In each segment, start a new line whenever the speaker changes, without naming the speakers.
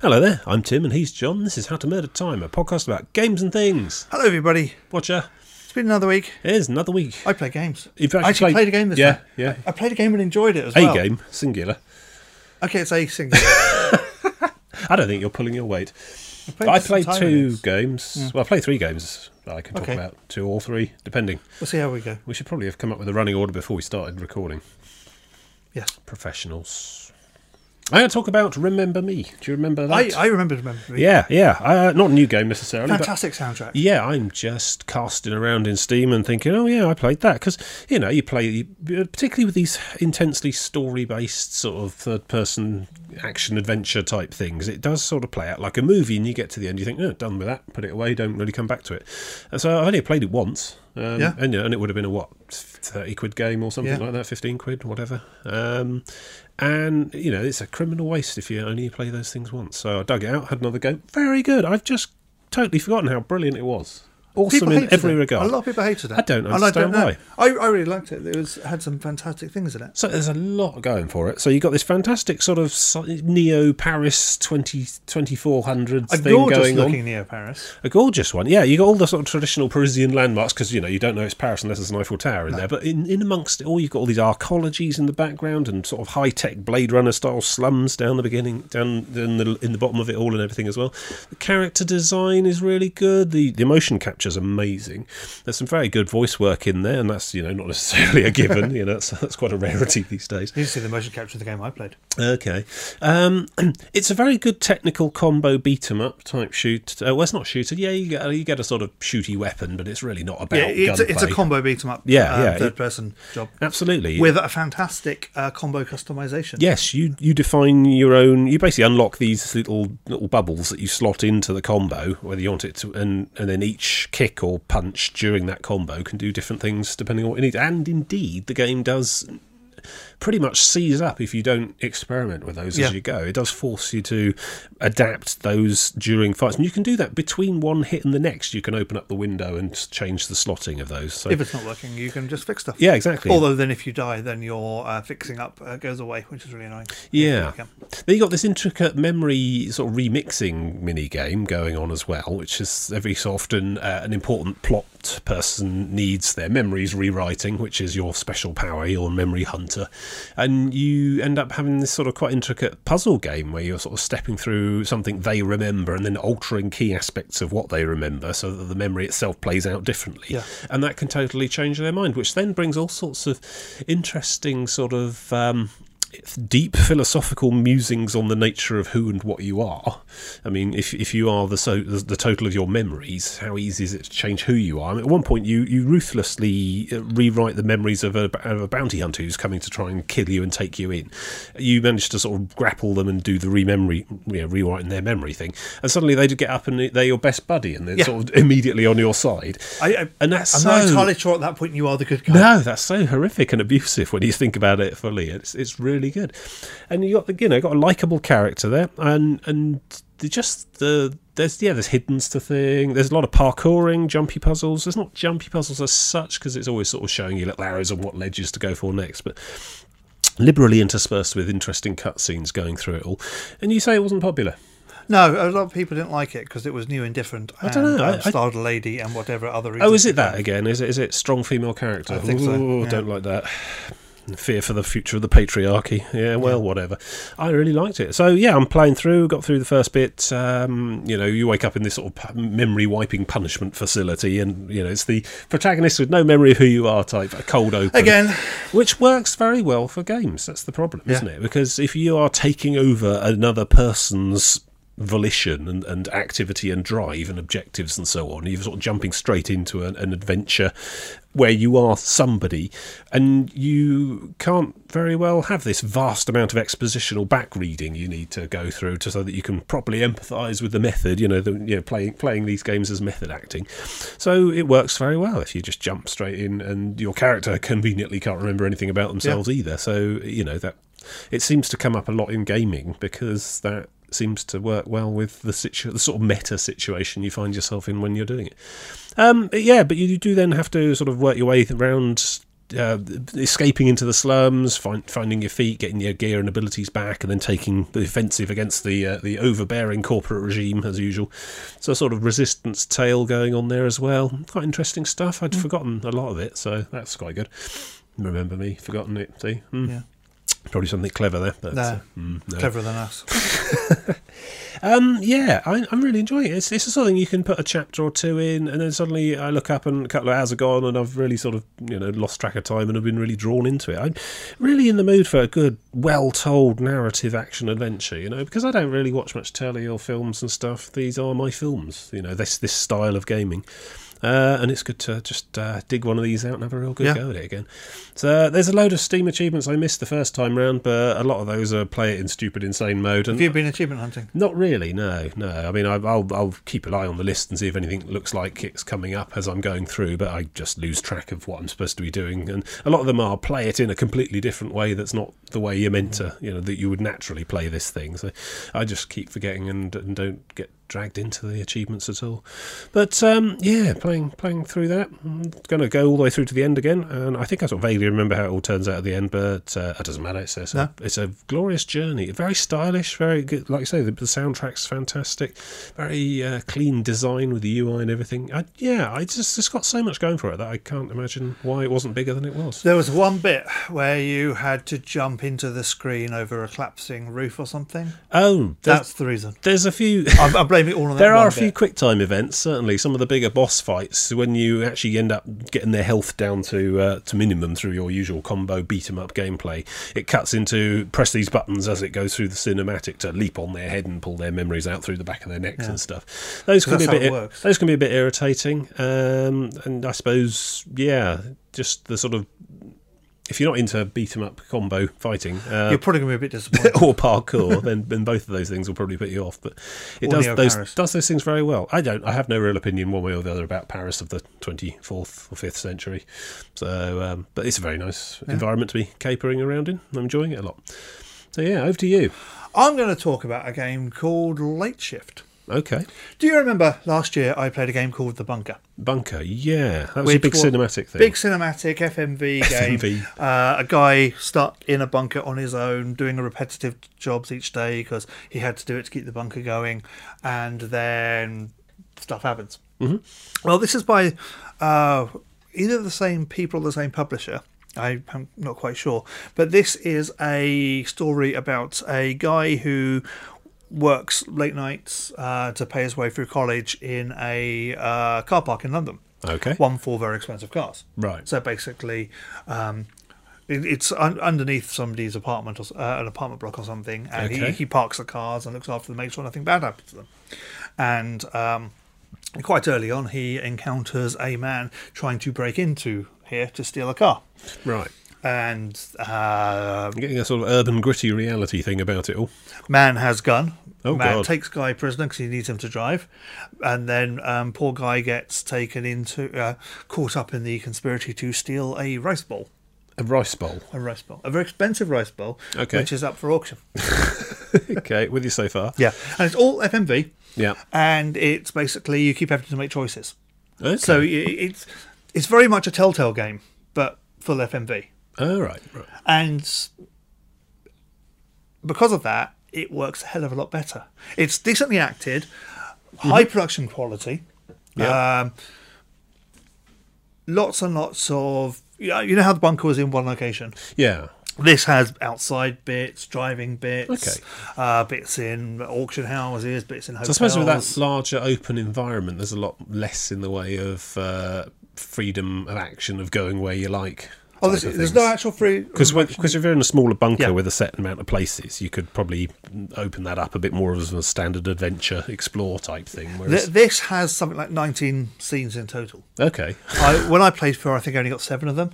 Hello there, I'm Tim and he's John. This is How to Murder Time, a podcast about games and things.
Hello, everybody.
Watcher,
It's been another week.
here's another week.
I play games.
You've
I actually played, a game this
yeah,
time.
Yeah,
I played a game and enjoyed it as
A
well.
game, singular.
Okay, it's a single.
I don't think you're pulling your weight.
played
I
for some
played
time
two
in it.
games. Well, I played three games that I can talk
Okay.
about. Two or three, depending.
We'll see how we go.
We should probably have come up with a running order before we started recording.
Yes.
Professionals. I'm going to talk about Remember Me. Do you remember
I,
that?
I remember, remember. the
yeah, yeah. Uh, not a new game necessarily, but
Fantastic soundtrack.
Yeah, I'm just casting around in Steam and thinking, oh yeah, I played that because you know you play particularly with these intensely story-based sort of third-person action adventure type things. It does sort of play out like a movie, and you get to the end, you think, oh, done with that, put it away, don't really come back to it. And so I only played it once, um,
Yeah.
and, you know, and it would have been a what thirty quid game or something
Yeah.
like that, fifteen quid, whatever. Um, and you know, it's a criminal waste if you only play those things once. So I dug it out, had another go. Very good. I've just totally forgotten how brilliant it was. Awesome
People
in
hated
every
it.
regard.
A lot of people hated it.
I don't
And I
understand
don't know.
why.
I, I really liked it. It was had some fantastic things in it.
So there's a lot going for it. So you got this fantastic sort of si- neo Paris 20, 2400s
A
thing
gorgeous
going on.
looking Neo Paris.
A gorgeous one, yeah. You got all the sort of traditional Parisian landmarks because you know you don't know it's Paris unless there's an Eiffel Tower in there. But in, in amongst it all, you've got all these arcologies in the background and sort of high tech Blade Runner style slums down the beginning, down in the in the bottom of it all and everything as well. The character design is really good. The the emotion capture's amazing. There's some very good voice work in there, and that's you know not necessarily a given. you know that's that's quite a rarity these days.
You didn't see the motion capture of the game I played.
Okay, um, it's a very good technical combo beat 'em up type shoot. Uh, well, it's not shooter. Yeah, you get, you get a sort of shooty weapon, but it's really not about
Yeah, it's, a-
gunplay.
it's a combo beat 'em up.
Yeah,
uh,
yeah, it-
Third person job
Absolutely.
with a fantastic uh, combo customization.
yes, you you define your own. You basically unlock these little little bubbles that you slot into the combo, whether you want it to, and and then each kick or punch during that combo can do different things depending on what you need. And indeed, the game does pretty much seize up if you don't experiment with those
Yeah.
as you go. It does force you to adapt those during fights, and you can do that between one hit and the next. You can open up the window and change the slotting of those. So
If it's not working, you can just fix stuff.
yeah, exactly.
Although then, if you die, then your uh, fixing up uh, goes away, which is really annoying.
Yeah.
Yeah.
Then you got this intricate memory sort of remixing mini game going on as well, which is every so often uh, an important plot person needs their memories rewriting, which is your special power, your memory hunter, and you end up having this sort of quite intricate puzzle game where you're sort of stepping through something they remember and then altering key aspects of what they remember so that the memory itself plays out differently
Yeah.
and that can totally change their mind, which then brings all sorts of interesting sort of um, deep philosophical musings on the nature of who and what you are. I mean, if if you are the so the, the total of your memories, how easy is it to change who you are? I mean, at one point, you you ruthlessly uh, rewrite the memories of a, of a bounty hunter who's coming to try and kill you and take you in. You manage to sort of grapple them and do the rememory, you know, rewriting their memory thing, and suddenly they get up and they're your best buddy and they're
Yeah.
sort of immediately on your side.
I, I,
And that's
I'm
so,
not entirely sure at that point you are the good guy.
no, that's so horrific and abusive when you think about it fully. It's it's really good, and you got the you know got a likable character there, and and the- just the there's yeah there's hiddens to thing. There's a lot of parkouring, jumpy puzzles. There's not jumpy puzzles as such because it's always sort of showing you little arrows on what ledges to go for next, but liberally interspersed with interesting cutscenes going through it all. And you say it wasn't popular.
No, a lot of people didn't like it because it was new and different. I
don't know, I- I-
Starred Lady and whatever other reasons.
Oh, is it that again? Is it is it strong female character?
I think so,
Ooh,
yeah.
Don't like that. Fear for the future of the patriarchy. Yeah, well, whatever. I really liked it. So yeah, I'm playing through. Got through the first bit. Um, you know, you wake up in this sort of memory wiping punishment facility, and you know it's the protagonist with no memory of who you are type a cold open
Again,
which works very well for games. That's the problem,
Yeah.
isn't it? Because if you are taking over another person's volition and, and activity and drive and objectives and so on, you're sort of jumping straight into an, an adventure where you are somebody and you can't very well have this vast amount of expositional back reading you need to go through to so that you can properly empathize with the method you know the, you know playing playing these games as method acting so it works very well if you just jump straight in and your character conveniently can't remember anything about themselves either so you know that it seems to come up a lot in gaming because that seems to work well with the situ- the sort of meta situation you find yourself in when you're doing it um, yeah, but you do then have to sort of work your way around uh, escaping into the slums, find, finding your feet, getting your gear and abilities back, and then taking the offensive against the uh, the overbearing corporate regime as usual. So a sort of resistance tale going on there as well. Quite interesting stuff.
Hmm.
I'd forgotten a lot of it, so that's quite good. Remember me forgotten it? See, Hmm.
Yeah.
probably something clever there. But,
No.
uh, mm, no.
Cleverer than us.
Um, yeah, I, I'm really enjoying it. It's, it's something you can put a chapter or two in, and then suddenly I look up and a couple of hours are gone, and I've really sort of you know lost track of time, and have been really drawn into it. I'm really in the mood for a good, well-told narrative action adventure, you know, because I don't really watch much telly or films and stuff. These are my films, you know, this this style of gaming. Uh, and it's good to just uh, dig one of these out and have a real good
Yeah.
go at it again. So there's a load of Steam achievements I missed the first time round, but a lot of those are play it in stupid insane mode. And
Have you been achievement hunting?
not really, no, no. I mean, I, I'll I'll keep an eye on the list and see if anything looks like it's coming up as I'm going through, but I just lose track of what I'm supposed to be doing. And a lot of them are play it in a completely different way that's not the way you're meant to, you know, that you would naturally play this thing. So I just keep forgetting and, and don't get dragged into the achievements at all. But um, yeah, playing playing through that. I'm going to go all the way through to the end again, and I think I sort of vaguely remember how it all turns out at the end, but uh, it doesn't matter. It's, it's,
No.
a, it's a glorious journey. Very stylish, very good. Like I say, the, the soundtrack's fantastic. Very uh, clean design with the UI and everything. I, yeah, I just it's got so much going for it that I can't imagine why it wasn't bigger than it was.
There was one bit where you had to jump into the screen over a collapsing roof or something.
Oh, there's,
That's the reason.
there's a few.
I'm, I'm blaming it all on that.
There
one
are a few
bit.
quick time events, certainly. Some of the bigger boss fights, when you actually end up getting their health down to uh, to minimum through your usual combo beat 'em up gameplay, it cuts into press these buttons as it goes through the cinematic to leap on their head and pull their memories out through the back of their necks
Yeah.
and stuff. Those can
Because
be a
that's
bit
how it works.
those can be a bit irritating, um, and I suppose yeah, just the sort of if you're not into beat 'em up combo fighting. Uh,
You're probably going to be a bit disappointed.
or parkour, then, then both of those things will probably put you off. But it
Or
does
Neo
those
Paris.
does those things very well. I don't. I have no real opinion one way or the other about Paris of the twenty fourth or fifth century. So, um, but it's a very nice environment to be capering around in. I'm enjoying it a lot. So yeah, over to you.
I'm going to talk about a game called Late Shift.
Okay,
Do you remember last year I played a game called The Bunker?
bunker. Yeah, that was a
Which
big
was-
cinematic thing.
Big cinematic FMV game.
FMV.
Uh, a guy stuck in a bunker on his own, doing a repetitive jobs each day because he had to do it to keep the bunker going, and then stuff happens. Mm-hmm. Well, this is by uh, either the same people or the same publisher. I- I'm not quite sure, but this is a story about a guy who works late nights uh, to pay his way through college in a uh, car park in London
Okay,
one for very expensive cars.
right.
So basically, um, it, it's un- underneath somebody's apartment or s- uh, an apartment block or something, and
Okay.
he, he parks the cars and looks after them, makes sure nothing bad happens to them. And um, quite early on, he encounters a man trying to break into here to steal a car.
right.
And uh,
I'm getting a sort of urban gritty reality thing about it all.
man has gun.
Oh,
man
God.
takes guy prisoner because he needs him to drive, and then um, poor guy gets taken into uh, caught up in the conspiracy to steal a rice bowl.
A rice bowl.
A rice bowl, a very expensive rice bowl,
Okay.
which is up for auction.
okay, with you so far.
yeah, and it's all FMV,
Yeah.
and it's basically you keep having to make choices.
Okay.
So i- it's it's very much a telltale game, but full FMV,
all right. Right.
and because of that, it works a hell of a lot better. It's decently acted, high production quality.
Mm-hmm. Yeah.
Um, lots and lots of you know, you know how the bunker was in one location.
Yeah.
This has outside bits, driving bits,
Okay.
uh, bits in auction houses, bits in
So I
hotels.
suppose with that larger open environment, there's a lot less in the way of uh, freedom of action of going where you like.
oh, there's, there's no actual free.
because if you're in a smaller bunker
Yeah.
with a set amount of places, you could probably open that up a bit more as a standard adventure explore type thing.
Th-
Whereas,
this has something like 19 scenes in total.
okay,
I, when I played for, I think I only got seven of them,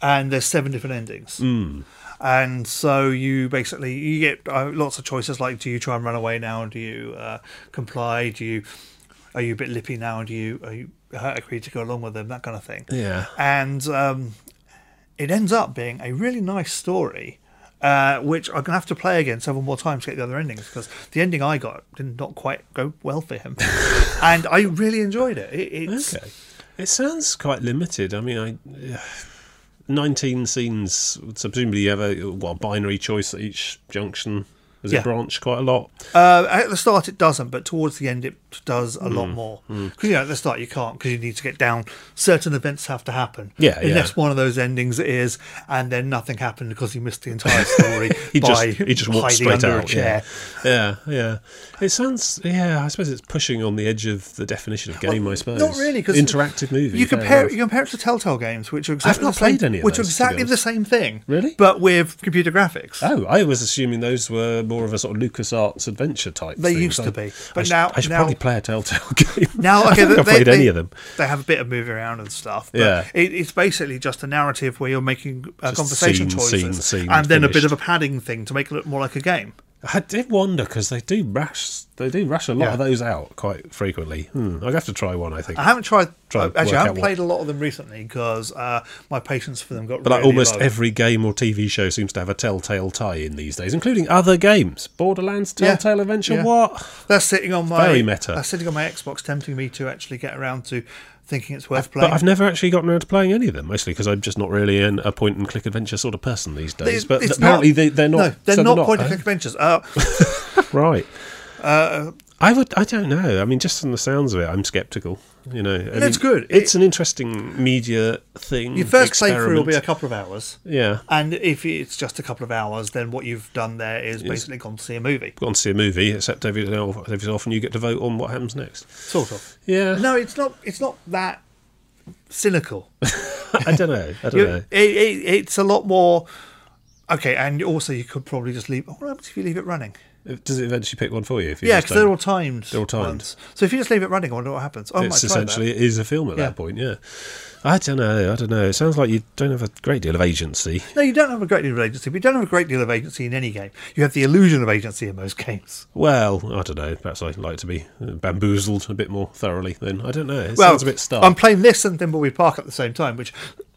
and there's seven different endings.
Hmm.
And so you basically you get uh, lots of choices like do you try and run away now? Do you uh, comply? Do you are you a bit lippy now? Do you are you uh, agree to go along with them? That kind of thing.
yeah,
and um, it ends up being a really nice story, uh, which I'm gonna have to play again several more times to get the other endings because the ending I got did not quite go well for him, and I really enjoyed it. it it's
okay. It sounds quite limited. I mean, I. 19 scenes. So presumably you have a what, binary choice at each junction. Does
Yeah.
it branch quite a lot?
Uh, at the start, it doesn't, but towards the end, it does a lot
Mm.
more. Because you know, at the start, you can't because you need to get down. Certain events have to happen.
Yeah, yeah.
Unless one of those endings is, and then nothing happened because you missed the entire story.
He
by
just he just walks
hiding
straight
under
out.
A chair.
Yeah. yeah, yeah. It sounds yeah. I suppose it's pushing on the edge of the definition of game. I suppose
Not really, because
interactive movie.
You
fair
compare
enough.
you compare it to Telltale games, which are exactly
not
the same-
played any of
which
those,
are
to be
exactly the
honest.
same thing.
Really?
but with computer graphics.
Oh, I was assuming those were more of a sort of LucasArts adventure type.
They
things.
used to
I-
be,
I
but
should,
now-
I should
now-
probably play a Telltale game.
Now,
I
okay,
don't think
they,
I've played
they,
any
they-
of them.
They have a bit of moving around and stuff. But
Yeah.
it, it's basically just a narrative where you're making uh,
Just
conversation
scene,
choices,
scene, scene,
and then a bit
finished.
of a padding thing to make it look more like a game.
I did wonder because they do rush. They do rush a lot
Yeah.
of those out quite frequently. Hmm, I'd have to try one. I think.
I haven't tried.
Try
uh,
and
actually,
work
I haven't
out
played a lot of them recently because uh, my patience for them got.
But like
really
almost
low.
every game or TV show seems to have a Telltale tie-in these days, including other games. Borderlands,
Yeah.
Telltale Adventure.
Yeah.
What?
that's sitting on my
very meta.
That's sitting on my Xbox, tempting me to actually get around to thinking it's worth playing.
But I've never actually gotten around to playing any of them, mostly because I'm just not really an, a point-and-click adventure sort of person these days.
It-
but
it's
apparently
not-
they, they're not. eh?
No, they're
so
not Uh, point
huh?
and click adventures. Uh,
right. I would. I don't know. I mean, just from the sounds of it, I'm sceptical. You know, I mean,
it's good.
It's an interesting media thing.
your first playthrough will be a
experiment.
couple of hours.
yeah.
And if it's just a couple of hours, then what you've done there is basically gone to see a movie,
Gone to see a movie, except every now every so often you get to vote on what happens next.
sort of.
Yeah,
No, it's not. It's not that cynical.
I don't know. I don't
You-
know.
it, it, it's a lot more. Okay, and also you could probably just leave. What happens if you leave it running?
Does it eventually pick one for you? If you
Yeah,
just
because they're
don't?
all timed. They're
all timed.
So if you just leave it running, I wonder what happens. Oh, I might
it's
try that.
essentially it is a film at
Yeah.
that point. Yeah, I don't know. I don't know. It sounds like you don't have a great deal of agency.
No, you don't have a great deal of agency. But you don't have a great deal of agency in any game. You have the illusion of agency in most games.
Well, I don't know. Perhaps I like to be uh, bamboozled a bit more thoroughly. Then I don't know. It sounds a bit stark.
I'm playing this and Thimbleweed Park at the same time, which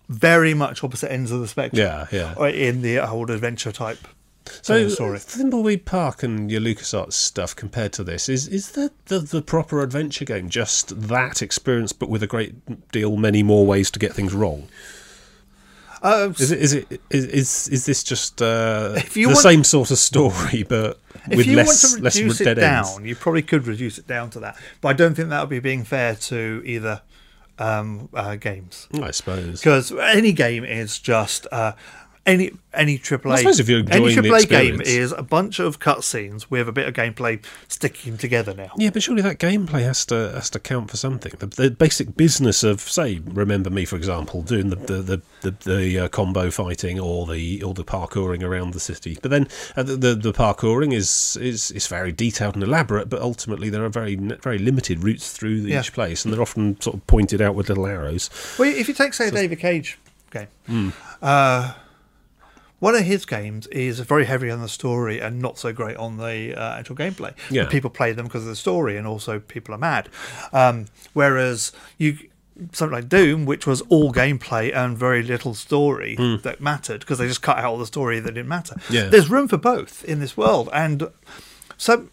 very much opposite ends of the spectrum.
yeah, yeah.
Or in the old adventure type.
So uh,
Oh, sorry.
Thimbleweed Park and your LucasArts stuff compared to this is is the, the the proper adventure game just that experience, but with a great deal many more ways to get things wrong.
Uh,
Is it is it is is, is this just uh,
If you
the
want-
same sort of story but
if
with
you
less
want
less
to reduce it
dead
down,
ends?
you probably could reduce it down to that. But I don't think that would be being fair to either um, uh, games.
I suppose.
Because any game is just. Uh, any any AAA,
I suppose if you're
any
enjoying the
AAA game
experience.
is a bunch of cutscenes with a bit of gameplay sticking together now.
Yeah, but surely that gameplay has to has to count for something. The, the basic business of, say, remember me for example, doing the the the, the, the uh, combo fighting or the or the parkouring around the city. But then uh, the, the the parkouring is is is very detailed and elaborate, but ultimately there are very n- very limited routes through
Yeah.
each place, and they're often sort of pointed out with little arrows.
Well, if you take say a David Cage game,
Hmm.
uh, one of his games is very heavy on the story and not so great on the uh, actual gameplay.
Yeah.
But people play them because of the story, and also people are mad. Um, whereas you. Something like Doom, which was all gameplay and very little story that mattered because they just cut out all the story that didn't matter.
Hmm. Yeah.
There's room for both in this world, and so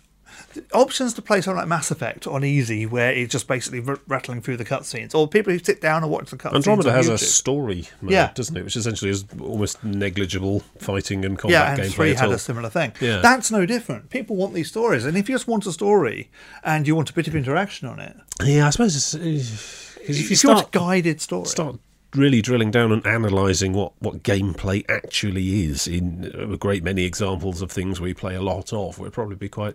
options to play something like Mass Effect on easy, where it's just basically r- rattling through the cutscenes, or people who sit down and watch the cutscenes.
Andromeda
on
has a
YouTube.
story mode,
Yeah.
doesn't it? Which essentially is almost negligible fighting and
yeah,
combat
and
gameplay
three
at
had
all.
a similar thing.
Yeah.
That's no different. People want these stories, and if you just want a story and you want a bit of interaction on it,
Yeah, I suppose it's, it's- if you
if you
start
want a guided story,
start really drilling down and analysing what, what gameplay actually is in a great many examples of things we play a lot of, we'd probably be quite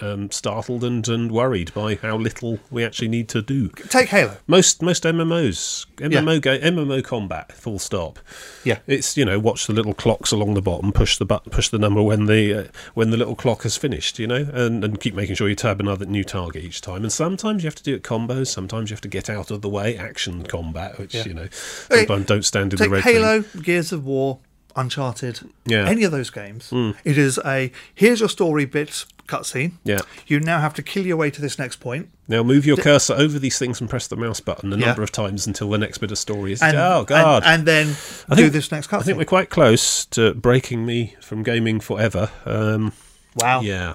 um, startled and, and worried by how little we actually need to do.
take Halo.
Most most MMOs, MMO ga- MMO combat, full stop.
Yeah.
It's you know watch the little clocks along the bottom, push the button, push the number when the uh, when the little clock has finished, you know, and, and keep making sure you tab another new target each time. And sometimes you have to do it combos, sometimes you have to get out of the way, action combat, which
Yeah.
you know, sometimes don't stand in the
Take
red.
Halo, Gears of War, Uncharted,
Yeah. Hmm.
any of those games. It is a here's your story bit cutscene.
Yeah.
You now have to kill your way to this next point.
Now move your cursor over these things and press the mouse button a
Yeah.
number of times until the next bit of story is.
And,
oh
and-
God!
And, then
I
do
think-
this next
I think
cutscene.
we're quite close to breaking me from gaming forever. Um,
Wow.
Yeah.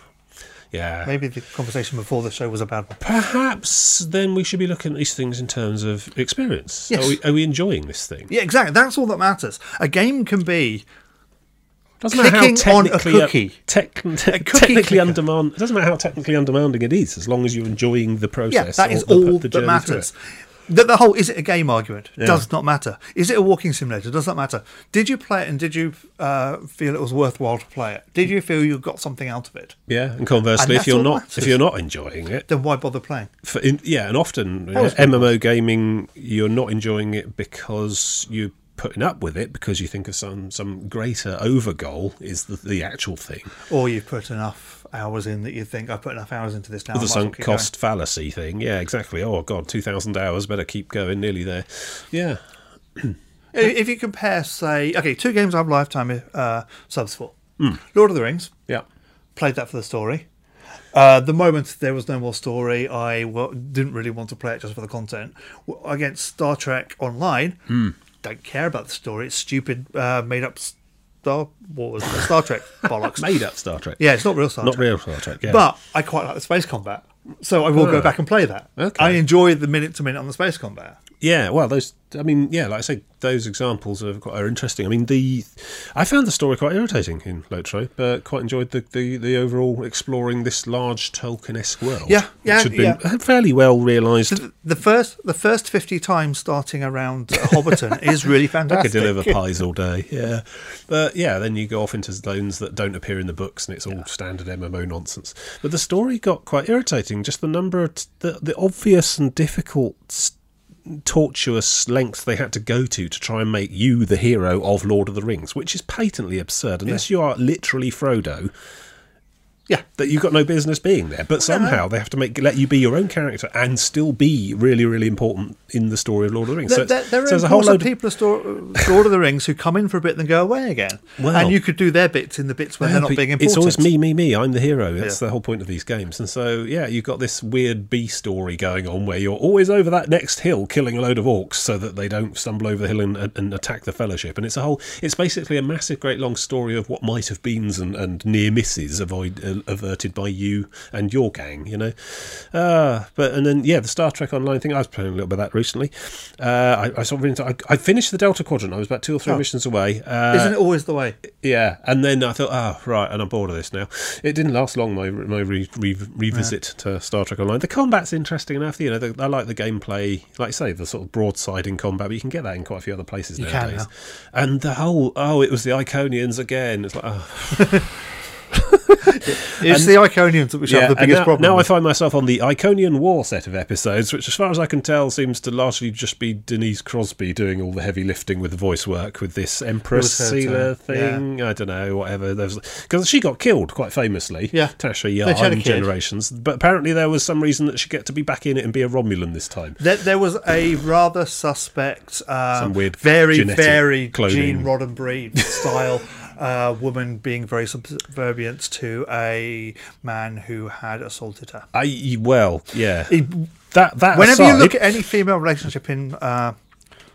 Yeah.
Maybe the conversation before the show was a bad one.
Perhaps then we should be looking at these things in terms of experience.
Yes.
Are, we, are we enjoying this thing?
Yeah, exactly. That's all that matters. A game can be
Doesn't matter how
Clicking on a
technically uh,
cookie.
tec- te-
A cookie
technically
clicker.
undermand. It doesn't matter how technically undermanding it is, as long as you're enjoying the
yeah,
process.
that
or
is
the,
all
the
that
journey through
matters. The, the whole is it a game argument
Yeah.
does not matter. Is it a walking simulator does not matter. Did you play it and did you uh, feel it was worthwhile to play it? Did you feel you got something out of it?
it. Yeah, and conversely,
And
if
that's
you're
all that
not if
matters.
you're not enjoying it,
Then why bother playing?
for in, yeah, and often you know,
was good.
MMO gaming, you're not enjoying it because you're putting up with it because you think of some some greater over goal is the, the actual thing.
Or you've put enough hours in that you think I've put enough hours into this now. I
the
might as well
sunk
keep
cost fallacy thing. Yeah, exactly. Oh god, two thousand hours. Better keep going. Nearly there. Yeah.
going. If if you compare, say, okay, two games I've lifetime uh, subs for
Hmm.
Lord of the Rings,
Yeah.
played that for the story. Uh, the moment there was no more story, I wa didn't really want to play it just for the content. W- Against Star Trek Online,
Hmm.
don't care about the story. It's stupid, uh, made up Star Wars, uh, Star Trek bollocks.
Made up Star Trek.
Yeah, it's not real Star
Not
Trek.
real Star Trek. Yeah.
But I quite like the space combat, so I will
Ah.
go back and play that.
Okay.
I enjoy the minute to minute on the space combat.
Yeah, well, those. I mean, yeah, like I say, those examples are quite are interesting. I mean, the I found the story quite irritating in Lotro, but quite enjoyed the, the, the overall exploring this large Tolkien-esque world.
Yeah, yeah,
which had been
yeah.
fairly well realised.
The, the first, the first fifty times starting around uh, Hobbiton is really
I could
fantastic.
deliver pies all day. Yeah, but yeah, then you go off into zones that don't appear in the books, and it's all standard MMO nonsense. But the story got quite irritating. Just the number of t- the the obvious and difficult. s- tortuous lengths they had to go to to try and make you the hero of Lord of the Rings, which is patently absurd unless you are literally Frodo.
Yeah.
that you've got no business being there, but somehow they have to make let you be your own character and still be really, really important in the story of Lord of the Rings.
There,
so
there,
it's-
there are
so there's a
important
whole load of
people of Stor- Lord of the Rings who come in for a bit and then go away again.
Well-
and you could do their bits in the bits when
Yeah,
they're not
but
being important.
It's always me, me, me. I'm the hero. That's
Yeah.
the whole point of these games. And so, yeah, you've got this weird B story going on where you're always over that next hill killing a load of orcs so that they don't stumble over the hill and, and attack the Fellowship. And it's a whole, it's basically a massive, great long story of what might have beens and, and near misses avoid, uh, averted by you and your gang, you know? Uh, but, and then, yeah, the Star Trek Online thing, I was playing a little bit of that recently. Uh, I, I sort of, into, I, I finished the Delta Quadrant. I was about two or three
Oh.
missions away. Uh,
Isn't it always the way?
yeah, and then I thought, oh right, and I'm bored of this now. It didn't last long. My my re- re- revisit to Star Trek Online. The combat's interesting enough. You know, the, I like the gameplay. Like I say, the sort of broadside in combat, but you can get that in quite a few other places
You can
nowadays. and the whole oh, it was the Iconians again. It's like oh,
It's the Iconians that we have the
and
biggest
now,
problem.
Now I
with.
find myself on the Iconian War set of episodes, which, as far as I can tell, seems to largely just be Denise Crosby doing all the heavy lifting with the voice work with this Empress
It was her
Seela
turn, yeah.
thing. I don't know, whatever. Because she got killed quite famously.
Yeah.
Tasha
No, she had a
Yar in
kid.
Generations. But apparently there was some reason that she get to be back in it and be a Romulan this time.
there, there was a rather suspect, um,
Some weird
very,
genetic
very
cloning.
Gene Roddenberry style uh, woman being very subservient to a man who had assaulted her.
I well, yeah.
It-
that that
whenever
aside,
you look at any female relationship in uh,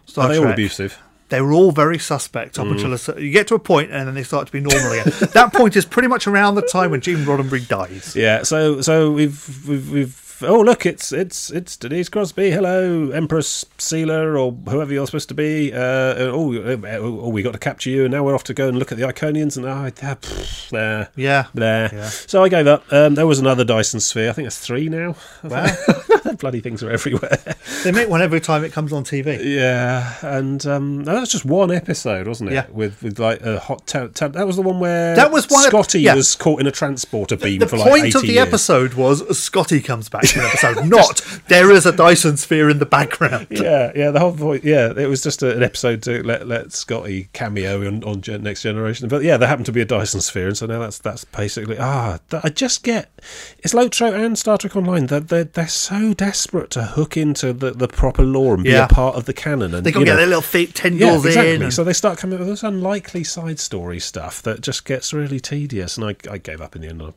Star
are they all
Trek,
abusive?
they were all very suspect up
Mm.
until a, cer- you get to a point and then they start to be normal again. that point is pretty much around the time when Gene Roddenberry dies.
Yeah. So so we've we've we've oh look it's it's it's Denise Crosby. Hello, Empress Sealer or whoever you're supposed to be. Uh, oh uh, oh we got to capture you and now we're off to go and look at the Iconians and ah uh, there.
Yeah.
There.
Yeah.
So I gave up. Um, there was another Dyson sphere. I think it's three now. Bloody things are everywhere.
They make one every time it comes on TV.
Yeah, and um, that was just one episode, wasn't it?
Yeah.
With with like a hot tub. tub- that was the one where
That was one ep-
Scotty
yeah.
was caught in a transporter beam
The
for like
point
80
of the
years.
episode was Scotty comes back to an episode, not there is a Dyson sphere in the background.
Yeah, yeah, the whole point. Yeah, it was just a, an episode to let let Scotty cameo on, on Gen- Next Generation. But yeah, there happened to be a Dyson sphere, and so now that's that's basically ah. That, I just get it's Lotro and Star Trek Online. They're they're, they're so desperate to hook into the, the proper lore and
Yeah.
be a part of the canon. And
They got
you
to get
know,
their little feet
yeah,
tendrils
exactly.
in. and-
So they start coming up with this unlikely side story stuff that just gets really tedious, and I, I gave up in the end. I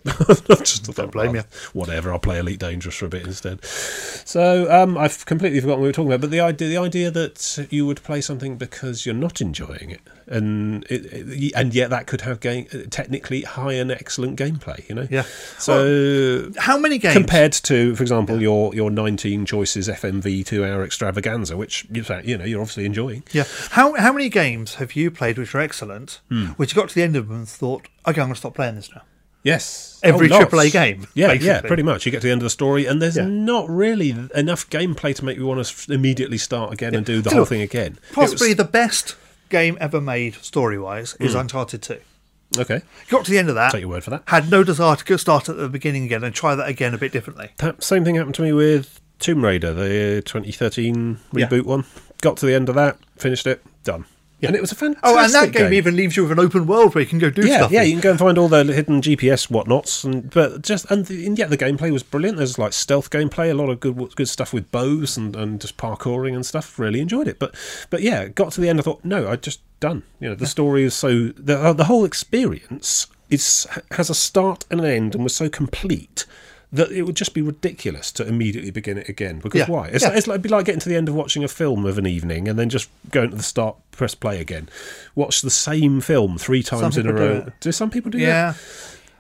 just thought,
Don't blame
"Oh,
you."
Whatever, I'll play Elite Dangerous for a bit instead. So um, I've completely forgotten what we were talking about, but the idea the idea that you would play something because you're not enjoying it, and it, it- and yet that could have game technically high and excellent gameplay. You know,
Yeah.
So
How many games?
compared to, for example, your your 19 choices FMV two hour extravaganza, which you say- you know you're obviously enjoying.
yeah. How how many games have you played which are excellent,
Hmm.
which you got to the end of them and thought, okay, I'm going to stop playing this now?
Yes, Oh,
Every
lots.
AAA game,
Yeah, yeah,
basically.
pretty much. You get to the end of the story, and there's
Yeah.
not really enough gameplay to make you want to immediately start again and do the
Do you
whole
know,
thing again. It was-
Possibly the best game ever made story wise
Hmm.
is Uncharted 2.
okay.
Got to the end of that.
Take your word for that.
Had no desire to go start at the beginning again and try that again a bit differently.
That same thing happened to me with Tomb Raider, the 2013
Yeah.
reboot one. Got to the end of that, finished it, done.
Yeah.
And it was a fantastic.
Oh, and that game,
game
even leaves you with an open world where you can go do
yeah,
stuff.
Yeah, you can go and find all the hidden GPS whatnots, and but just and, the, and yet the gameplay was brilliant. There's like stealth gameplay, a lot of good good stuff with bows and, and just parkouring and stuff. Really enjoyed it, but but yeah, got to the end. I thought no, I just done. You know, the story is so the uh, the whole experience is has a start and an end, and was so complete. That it would just be ridiculous to immediately begin it again because
Yeah,
why? It's,
yeah.
like, it's like it'd be like getting to the end of watching a film of an evening and then just going to the start, press play again, watch the same film three times in a
people do
row.
it.
Do some people do
Yeah.
that?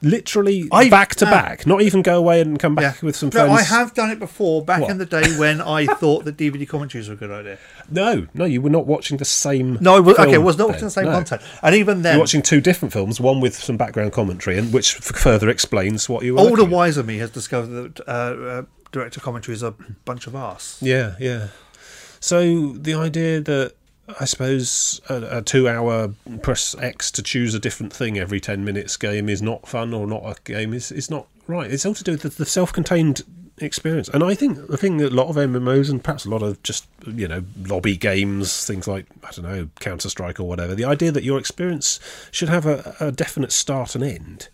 Literally
I've-
back to
no.
back, not even go away and come
Yeah.
back with some
no,
friends.
I have done it before back
What?
in the day when I thought that DVD commentaries were a good idea.
No, no, you were not watching the same.
No, I was, okay, I
film
was not
then.
watching the same
No.
content. And even then,
You're watching two different films, one with some background commentary, and which f- further explains what you were.
older,
looking at.
wiser me has discovered that uh, uh, director commentaries are a bunch of arse.
Yeah, yeah. So the idea that I suppose a, a two-hour press X to choose a different thing every ten minutes game is not fun or not a game is is not right. It's all to do with the, the self-contained experience, and I think the thing that a lot of MMOs and perhaps a lot of just you know lobby games, things like I don't know Counter Strike or whatever, the idea that your experience should have a, a definite start and end.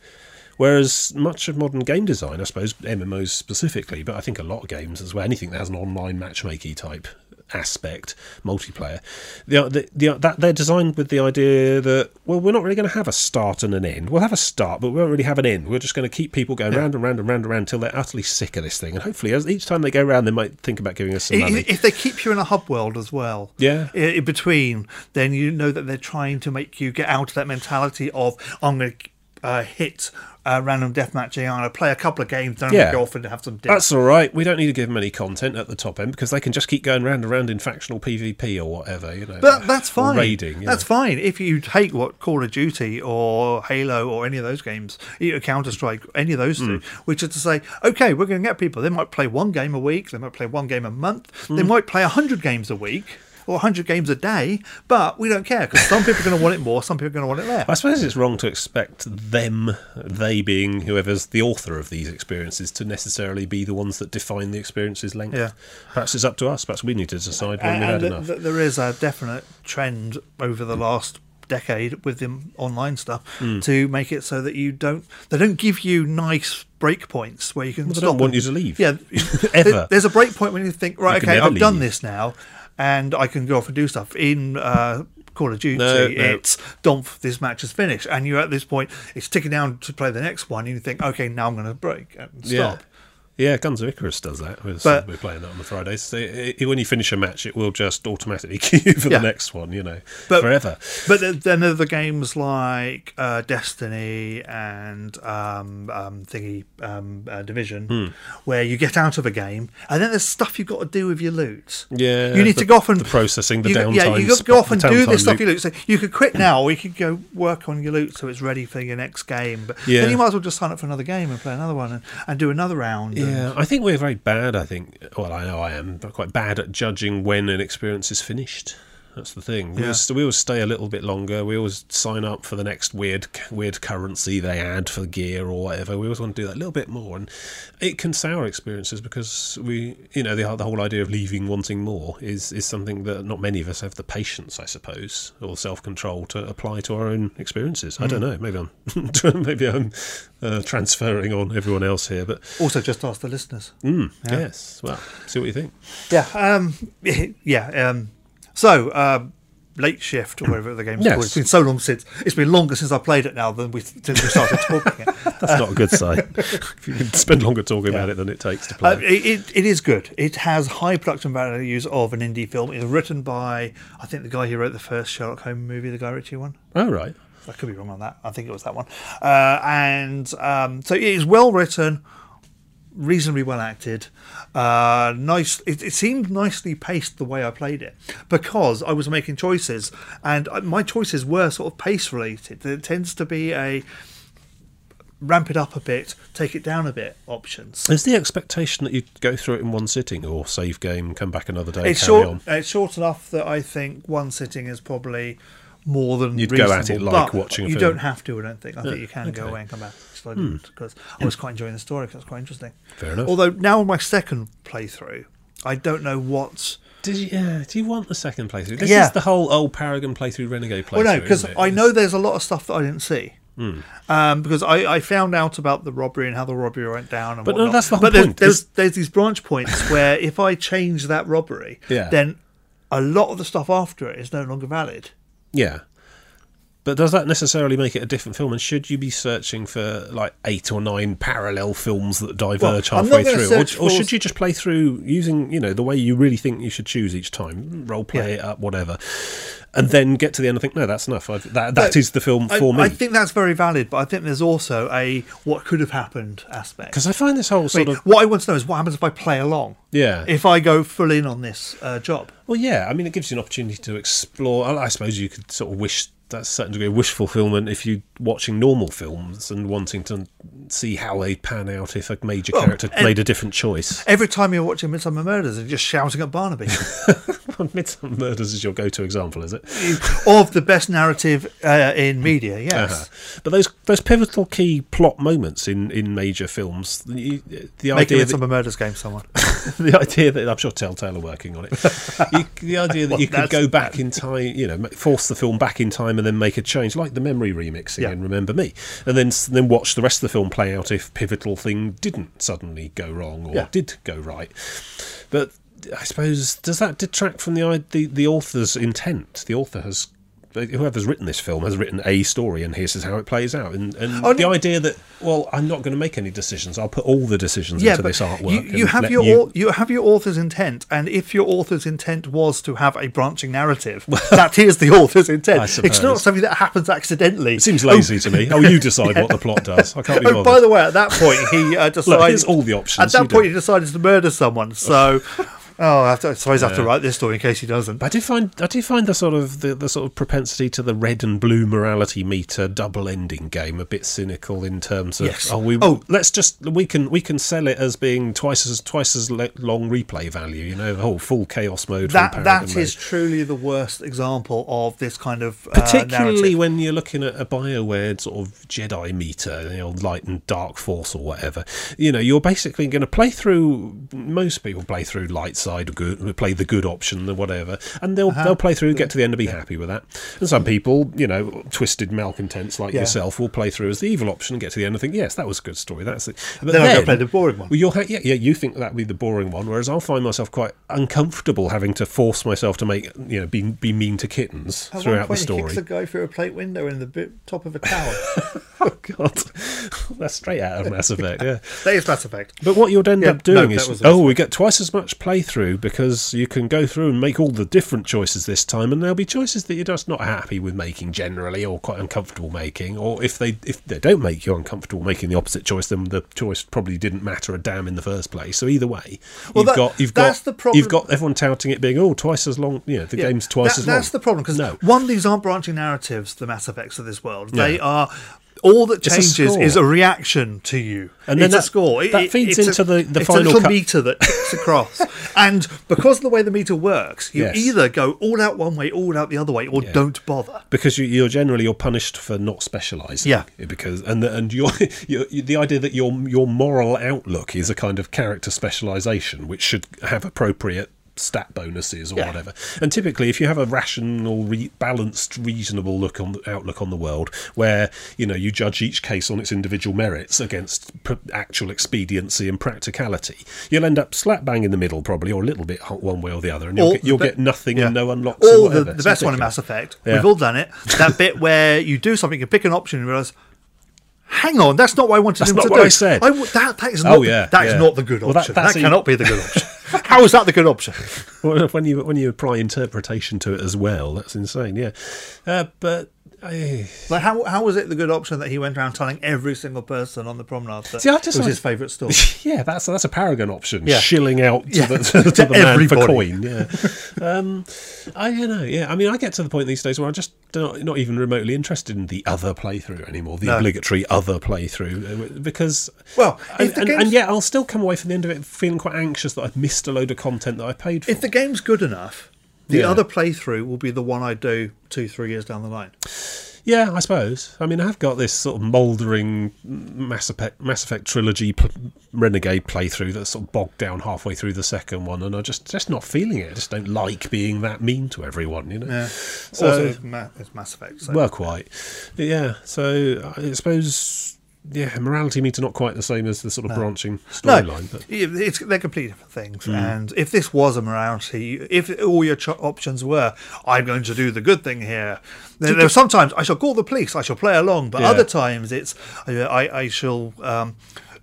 Whereas much of modern game design, I suppose MMOs specifically, but I think a lot of games as well, anything that has an online matchmaking type aspect, multiplayer, the, the, the, that they're designed with the idea that well, we're not really going to have a start and an end. We'll have a start, but we won't really have an end. We're just going to keep people going round and round and round and round until they're utterly sick of this thing. And hopefully, as each time they go round, they might think about giving us some
I-
money.
i- If they keep you in a hub world as well,
Yeah.
i- in between, then you know that they're trying to make you get out of that mentality of I'm going to uh, hit uh, random deathmatch AI, I'm going to play a couple of games, then I'm
Yeah. Oh,
going to go off and have some dinner.
That's all right. We don't need to give them any content at the top end because they can just keep going round and round in factional PvP or whatever, you know.
But that's
or
fine.
raiding. you
that's
know.
fine. If you take what Call of Duty or Halo or any of those games, Counter Strike, any of
Hmm.
those two, which is to say, okay, we're going to get people. They might play one game a week. They might play one game a month. They
Hmm.
might play hundred games a week or hundred games a day. But we don't care because some people are going to want it more. Some people are going to want it less.
I suppose it's wrong to expect them, they being whoever's the author of these experiences, to necessarily be the ones that define the experience's length.
Yeah.
Perhaps it's up to us. Perhaps we need to decide when
And,
we've had
and th-
enough.
th- there is a definite trend over the last decade with the online stuff
Hmm.
to make it so that you don't they don't give you nice breakpoints where you can
Well, they
stop
don't want
and-
you to leave.
Yeah,
Ever.
there- there's a break point when you think, right,
You can
okay,
never
I've done
leave.
this now, and I can go off and do stuff. In uh, Call of Duty,
No, no.
it's donf, this match is finished, and you're at this point, it's ticking down to play the next one, and you think, okay, now I'm going to break and
yeah.
stop.
Yeah, Guns of Icarus does that. We're,
But-
we're playing that on the Fridays. So it- it- when you finish a match, it will just automatically queue you for
Yeah.
the next one, you know,
But-
forever.
But th- then there are the games like uh, Destiny and um, um, Thingy um, uh, Division,
Hmm.
where you get out of a game, and then there's stuff you've got to do with your loot.
Yeah,
you need
the-
to go off and
the processing, the
you,
downtime.
Yeah, you got to
sp-
go off and
the
do
downtime
this stuff
loop.
you loot. So you could quit now, or you could go work on your loot so it's ready for your next game. But
Yeah.
then you might as well just sign up for another game and play another one and, and do another round. and-
Yeah, I think we're very bad. I think, well, I know I am, but quite bad at judging when an experience is finished. That's the thing. We,
Yeah.
always, we always stay a little bit longer. We always sign up for the next weird weird currency they add for gear or whatever. We always want to do that a little bit more, and it can sour experiences because we, you know, the, the whole idea of leaving wanting more is is something that not many of us have the patience, I suppose, or self control to apply to our own experiences. I don't know. Maybe I'm maybe I'm uh, transferring on everyone else here, but
Also, just ask the listeners.
mm,
Yeah.
yes. Well, see what you think.
Yeah. Um, yeah. Um, so, um, Late Shift, or whatever the game's
Yes.
called. It's been so long since. It's been longer since I played it now than we, since we started talking it.
That's not a good sign. if you can spend longer talking about
Yeah.
it than it takes to play.
Uh, it, it, it is good. It has high production values of an indie film. It's written by, I think, the guy who wrote the first Sherlock Holmes movie, the Guy Ritchie one.
All right.
I could be wrong on that. I think it was that one. Uh, and um, so it is well written, reasonably well acted. Uh, nice. It, it seemed nicely paced the way I played it because I was making choices, and I- my choices were sort of pace related. There tends to be a ramp it up a bit, take it down a bit options.
Is the expectation that you go through it in one sitting or save game, come back another day,
it's
carry
short.
on?
It's short enough that I think one sitting is probably more than
You'd go at it
reasonable,
like
but
watching a
you
film.
don't have to. I don't think. I think you can go
okay.
away and come back. So I didn't because I was quite enjoying the story because it's quite interesting.
Fair enough.
Although now on my second playthrough, I don't know what.
Did you, yeah, do you want the second playthrough? This
Yeah.
is the whole old Paragon playthrough, Renegade playthrough.
Well, no, because
isn't it?
I
It's- Hmm.
know there's a lot of stuff that I didn't see. Um, because I, I found out about the robbery and how the robbery went down, and
But no,
whatnot.
that's the whole
but there's,
point.
There's, there's these branch points where if I change that robbery,
Yeah.
then a lot of the stuff after it is no longer valid.
Yeah. But does that necessarily make it a different film? And should you be searching for like eight or nine parallel films that diverge
Well, I'm
halfway
not gonna
through, or,
search
or
for-
should you just play through using you know the way you really think you should choose each time, role play it up, whatever, and then get to the end and think, no, that's enough. I've, that that is
No,
the film
I,
for me.
I think that's very valid, but I think there's also a what could have happened aspect.
Because I find this whole
I mean,
sort of
what I want to know is what happens if I play along.
yeah.
If I go full in on this uh, job,
Well, yeah. I mean, it gives you an opportunity to explore. I I suppose you could sort of wish that's a certain degree of wish fulfillment if you're watching normal films and wanting to see how they pan out if a major
Well,
character
and-
made a different choice.
every time you're watching Midsummer Murders, you're just shouting at Barnaby
Midsummer Murders is your go-to example, is it?
of the best narrative uh, in media. Yes,
Uh-huh. But those those pivotal key plot moments in, in major films, the, the
make a
idea that,
Midsummer Murders game, someone.
the idea that I'm sure Telltale are working on it, you, the idea that you
Well,
could go back in time, you know, ma- force the film back in time and then make a change, like the memory remixing
Yeah.
in Remember Me, and then s- then watch the rest of the film play out if pivotal thing didn't suddenly go wrong or
Yeah.
did go right, but. I suppose does that detract from the, i- the the author's intent? The author has whoever's written this film has written a story and here's how it plays out and, and
Oh,
the
no.
idea that well i'm not going to make any decisions i'll put all the decisions
yeah,
into
but
this artwork
you,
and
you have
let
your
you-
au- you have your author's intent, and if your author's intent was to have a branching narrative, that is the author's
I
intent. It's not
suppose.
something that happens accidentally.
It seems lazy to me. Oh, you decide what the plot does. I can't be
Oh,
bothered.
by the way, at that point, he uh,
Look,
decided.
here's all the
at
options.
that
you
point,
do.
he decided to murder someone. So, oh, I, have to, I suppose I have to write this story in case he doesn't.
But I do find I do find the sort of the, the sort of propensity to the red and blue morality meter double ending game a bit cynical in terms of
Yes.
oh we
Oh.
let's just we can we can sell it as being twice as twice as le- long replay value you know the whole full chaos mode from
That
Paragon
that
mode.
is truly the worst example of this kind of uh,
particularly
narrative.
when you're looking at a Bioware sort of Jedi meter, you know, light and dark force or whatever. You know, you're basically going to play through. Most people play through light side, good, play the good option, or whatever, and
Uh-huh.
they'll they'll play through, get to the end, and be happy with that. And some people, you know, twisted malcontents like
Yeah.
yourself, will play through as the evil option, and get to the end, and think, yes, that was a good story. That's it. But
Then I'll go play the boring one.
Well, you'll ha- yeah, yeah, you think that would be the boring one, whereas I'll find myself quite uncomfortable having to force myself to make you know be be mean to kittens
At one
throughout
point,
the story.
he kicks a guy through a plate window in the bit, top of a tower.
Oh God, that's straight out of Mass Effect. Yeah,
that is Mass Effect.
but what you'd end
Yeah,
up doing
no, that
is,
was a
oh, we get twice as much playthrough because you can go through and make all the different choices this time, and there'll be choices that you're just not happy with making generally, or quite uncomfortable making, or if they if they don't make you uncomfortable making the opposite choice, then the choice probably didn't matter a damn in the first place. So either way,
Well,
you've
that-
got you've
that's
got
the problem.
you've got everyone touting it being oh twice as long. You know, the
Yeah,
game's twice
that-
as long.
That's the problem because
No.
one, these aren't branching narratives. The Mass Effects of this world, they
Yeah.
are all that
It's a
changes
score.
is a reaction to you.
And
And
then
then it's
that-
a score.
that feeds
it's
into the- the
it's
final
a little
cut.
meter that ticks across. and because of the way the meter works, you
Yes.
either go all out one way, all out the other way, or don't bother.
because you, you're generally you're punished for not specialising.
Yeah.
Because and the, and your, your the idea that your your moral outlook is a kind of character specialisation, which should have appropriate stat bonuses or
Yeah.
whatever. And typically, if you have a rational, re- balanced, reasonable look on outlook on the world, where you know you judge each case on its individual merits against pr- actual expediency and practicality, you'll end up slap bang in the middle probably, or a little bit ho- one way or the other, and you'll,
Or
get, you'll
the be-
get nothing
Yeah.
and no unlocks. or
Or the,
whatever.
the
It's
best one in
ridiculous.
Mass Effect.
Yeah.
We've all done it. That bit where you do something, you pick an option, and realize, hang on, that's not what I wanted
That's
him
not
to
what
do.
I said.
I w- that, that is
Oh,
not. the-
yeah,
that is
yeah.
not the good
Well, that-
option.
that's
that
a-
cannot be the good option. How is that the good option?
Well, when you when you apply interpretation to it as well, that's insane. Yeah, uh, but I,
Like how how was it the good option that he went around telling every single person on the promenade that
See, I
it was
decided-
his favourite store?
yeah, that's that's a paragon option.
Yeah.
Shilling out to
Yeah.
the, to, the
To
man for
everybody.
coin. Yeah, um, I don't know. Yeah, I mean, I get to the point these days where I'm just not, not even remotely interested in the other playthrough anymore, the
No.
obligatory other playthrough, uh, because
Well,
and,
if the
and-
game's-
and yet I'll still come away from the end of it feeling quite anxious that I've missed a load of content that I paid for.
If the game's good enough, the
Yeah.
other playthrough will be the one I do two three years down the line.
Yeah, I suppose. I mean, I have got this sort of mouldering Mass Effect, Mass Effect trilogy pl- renegade playthrough that's sort of bogged down halfway through the second one, and I just just not feeling it. I just don't like being that mean to everyone, you know.
Yeah.
So-
also, it's Ma- it's Mass Effect. So.
Well, quite. Yeah. So I suppose. Yeah, morality meter not quite the same as the sort of branching
no,
storyline, but Mm.
yeah, it's, they're completely different things. And if this was a morality, if all your cho- options were, I'm going to do the good thing here, then there are sometimes I shall call the police, I shall play along, but
Yeah.
other times it's I, I, I shall um,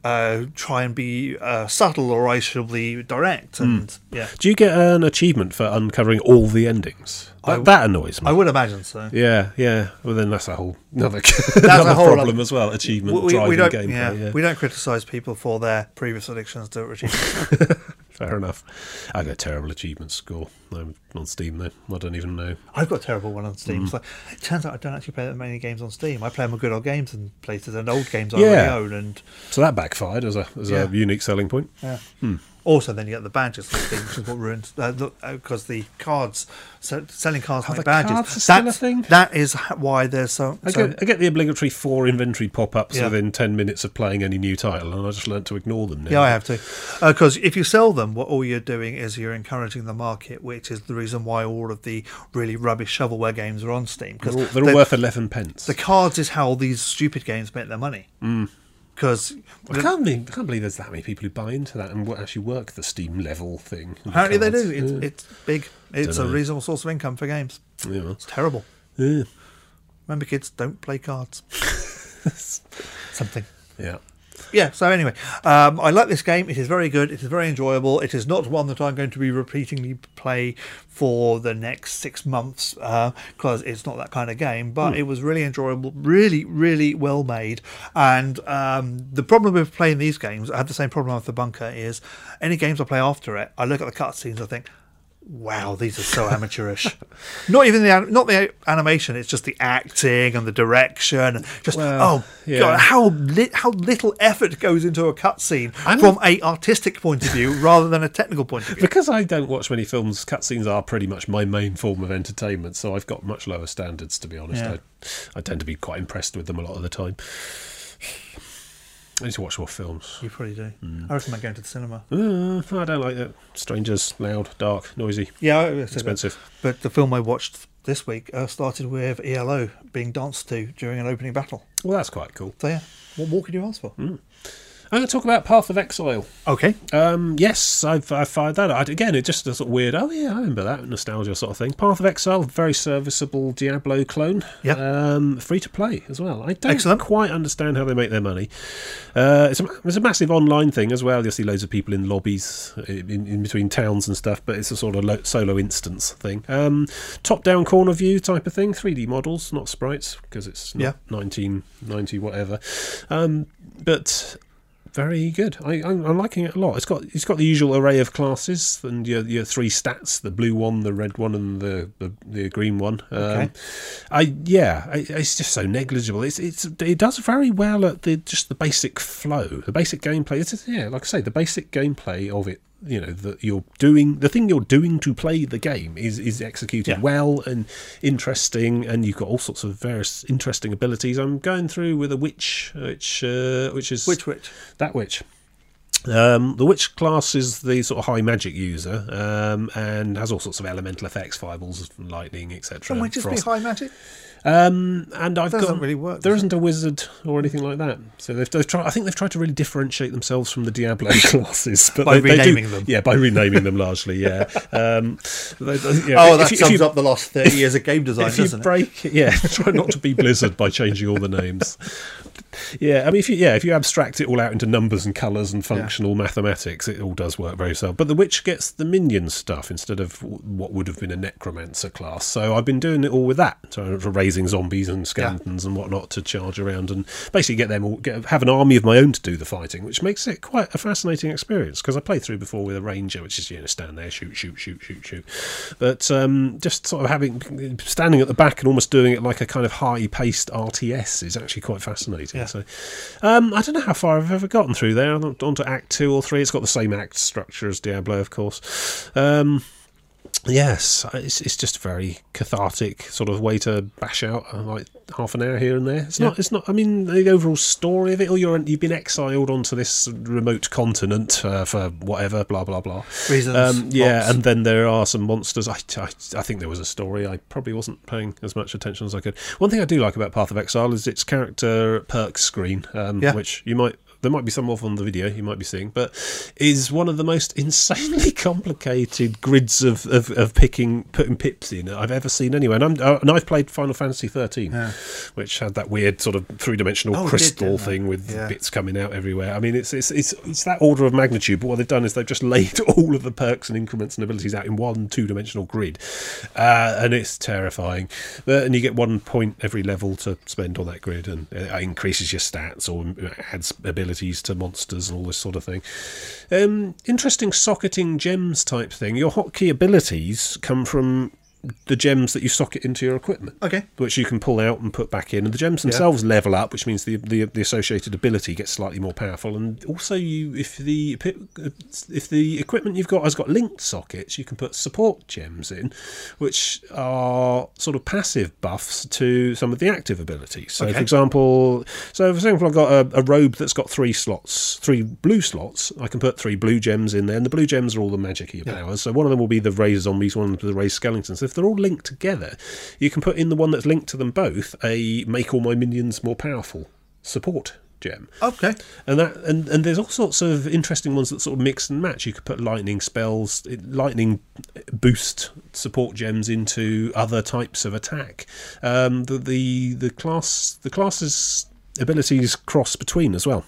uh, try and be uh, subtle or I shall be direct.
Mm.
And yeah,
do you get an achievement for uncovering all the endings? That,
I-
that annoys me.
I would imagine so.
yeah, yeah. Well, then that's a whole another, another
whole
problem
other-
as well. Achievement
We,
driving
we don't,
gameplay.
yeah,
yeah.
we don't criticise people for their previous addictions to achievement.
Fair enough. I got a terrible achievement score. I'm on Steam though. I don't even know.
I've got a terrible one on Steam.
Mm.
So it turns out I don't actually play that many games on Steam. I play my good old games and places and old games I already
Yeah.
own. And
So that backfired as a as
Yeah.
a unique selling point.
yeah.
Hmm.
also, then you get the badges on Steam, which is what ruins uh, because the cards so selling cards like
the
badges.
cards are still a
That's-
thing?
That is h- why there's so.
I
so
get, I get the obligatory four inventory pop ups
Yeah.
within ten minutes of playing any new title, and I just learnt to ignore them now.
yeah, I have to. Because if you sell them, what all you're doing is you're encouraging the market, which is the reason why all of the really rubbish shovelware games are on Steam. Because
They're all, they're all worth eleven pence.
the cards is how these stupid games make their money.
Mm.
Because
I can't, believe, I can't believe there's that many people who buy into that and wo- actually work the Steam level thing. and the
Apparently they
cards.
do. It's, it's big. It's a
Dunno.
reasonable source of income for games.
Yeah, well,
It's terrible.
yeah.
Remember, kids, don't play cards. Something.
yeah.
Yeah. So anyway, um, I like this game. It is very good. It is very enjoyable. It is not one that I'm going to be repeatedly play for the next six months because it's not that kind of game. But
Hmm.
it was really enjoyable. Really, really well made. And um, the problem with playing these games, I have the same problem with the bunker. Is any games I play after it, I look at the cutscenes, I think. Wow, these are so amateurish. not even the an- not the animation; it's just the acting and the direction. and Just
Well,
oh
yeah.
god, how li- how little effort goes into a cutscene
I'm-
from a artistic point of view rather than a technical point of view.
Because I don't watch many films, cutscenes are pretty much my main form of entertainment, so I've got much lower standards, to be honest.
Yeah.
I, I tend to be quite impressed with them a lot of the time. I need to watch more films.
You probably do.
Mm.
I recommend going to the cinema.
Uh, I don't like that. Strangers, loud, dark, noisy,
Yeah, I said that.
expensive.
But the film I watched this week uh, started with ELO being danced to during an opening battle.
Well, that's quite cool.
So yeah, what more could you ask for?
Hmm. I'm going to talk about Path of Exile.
Okay.
Um, yes, I've, i fired that. out again, it's just a sort of weird. Oh yeah, I remember that nostalgia sort of thing. Path of Exile, very serviceable Diablo clone.
Yep.
Um, free to play as well. I don't
Excellent.
quite understand how they make their money. Uh, it's a, it's a massive online thing as well. You'll see loads of people in lobbies uh, in, in between towns and stuff, but it's a sort of lo- solo instance thing. Um, top down corner view type of thing. 3D models, not sprites, because it's not
Yeah.
1990 whatever. Um, but very good. I, I'm, I'm liking it a lot. It's got it's got the usual array of classes and your your three stats: the blue one, the red one, and the the, the green one. Um,
Okay.
I yeah, I, it's just so negligible. It's it's it does very well at the just the basic flow, the basic gameplay. It's just- yeah, like I say, the basic gameplay of it. You know that you're doing the thing you're doing to play the game is is executed
Yeah.
well and interesting, and you've got all sorts of various interesting abilities. I'm going through with a witch, which uh, which is
Which which?
that witch. Um, the witch class is the sort of high magic user um, and has all sorts of elemental effects, fireballs, lightning, etc.
Can we just be
frost.
high magic?
Um, and I've
Doesn't
got
really work,
There
does it?
isn't a wizard or anything like that. So they've, they've tried. I think they've tried to really differentiate themselves from the Diablo classes, but they,
By
they do-
renaming them.
Yeah, by renaming them largely. Yeah. Um, they- they- yeah,
Oh,
if
that
you- if
sums
you-
up the last thirty years of game design,
if you
doesn't it?
break, yeah, try not to be Blizzard by changing all the names. Yeah, I mean, if you yeah, if you abstract it all out into numbers and colours and functional mathematics, it all does work very well. But the witch gets the minion stuff instead of w- what would have been a necromancer class. So I've been doing it all with that, so for raising zombies and skeletons and whatnot to charge around and basically get them all get, have an army of my own to do the fighting, which makes it quite a fascinating experience because I played through before with a ranger, which is you know stand there, shoot, shoot, shoot, shoot, shoot. But um, just sort of having standing at the back and almost doing it like a kind of high-paced RTS is actually quite fascinating.
Yeah.
So um, I don't know how far I've ever gotten through there. I'm on to Act Two or Three. It's got the same act structure as Diablo, of course. Um, Yes, it's, it's just a very cathartic sort of way to bash out uh, like half an hour here and there. It's not. It's not. I mean, the overall story of it. Or you're you've been exiled onto this remote continent uh, for whatever. Blah blah blah.
Reasons,
Um, yeah,
lots.
and then there are some monsters. I, I, I think there was a story. I probably wasn't paying as much attention as I could. One thing I do like about Path of Exile is its character perk screen, um,
Yeah.
which you might. There might be some off on the video you might be seeing, but is one of the most insanely complicated grids of, of, of picking putting pips in I've ever seen anyway. And, I'm, uh, and I've played Final Fantasy thirteen, which had that weird sort of three dimensional
Oh, it did,
crystal
didn't it?
thing with
Yeah.
bits it's coming out everywhere. I mean, it's it's it's it's that order of magnitude. But what they've done is they've just laid all of the perks and increments and abilities out in one two-dimensional grid, uh, and it's terrifying. But, and you get one point every level to spend on that grid, and it increases your stats or adds abilities to monsters and all this sort of thing. Um, interesting socketing gems type thing. Your hotkey abilities come from the gems that you socket into your equipment
Okay.
which you can pull out and put back in. And the gems themselves level up, which means the, the the associated ability gets slightly more powerful. And also, you if the epi- uh, if the equipment you've got has got linked sockets, you can put support gems in, which are sort of passive buffs to some of the active abilities. So, for
Okay.
example, so for example, I've got a, a robe that's got three slots, three blue slots. I can put three blue gems in there, and the blue gems are all the magic your powers. So one of them will be the raised zombies, one of them will be the raised skeletons. If they're all linked together, you can put in the one that's linked to them both a make all my minions more powerful support gem
Okay.
and that and, and there's all sorts of interesting ones that sort of mix and match. You could put lightning spells, it- lightning boost support gems into other types of attack. Um, the, the the class the classes abilities cross between as well.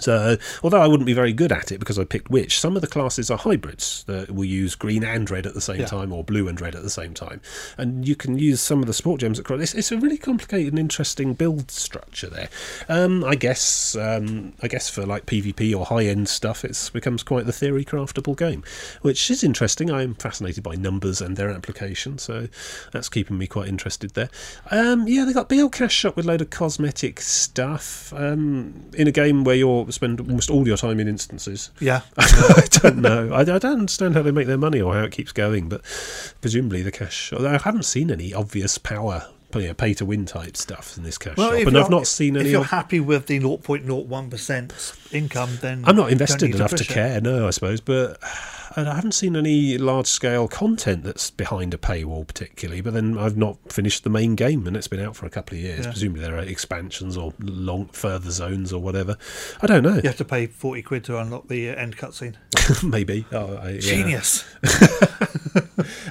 So, although I wouldn't be very good at it because I picked which, some of the classes are hybrids that will use green and red at the same
Yeah.
time or blue and red at the same time. And you can use some of the support gems across. It's, it's a really complicated and interesting build structure there. Um, I guess um, I guess for like PvP or high end stuff, it becomes quite the theory craftable game, which is interesting. I'm fascinated by numbers and their application, so that's keeping me quite interested there. Um, yeah, they got BL Cash Shop with load of cosmetic stuff um, in a game where you are spend almost all your time in instances.
Yeah.
I don't know. I, I don't understand how they make their money or how it keeps going, but presumably the cash. Although I haven't seen any obvious power, you know, pay to win type stuff in this cash shop, and I've
you're-
not seen
If
any.
you're
Of,
happy with the 0.01% income, then
I'm not
you Mm. don't need
invested enough to
push it.
care. No, I suppose, but and I haven't seen any large scale content that's behind a paywall particularly. But then I've not finished the main game, and it's been out for a couple of years.
Yeah.
Presumably there are expansions or long further zones or whatever. I don't know.
You have to pay 40 quid to unlock the uh, end cutscene.
Maybe. Oh, I, yeah.
Genius.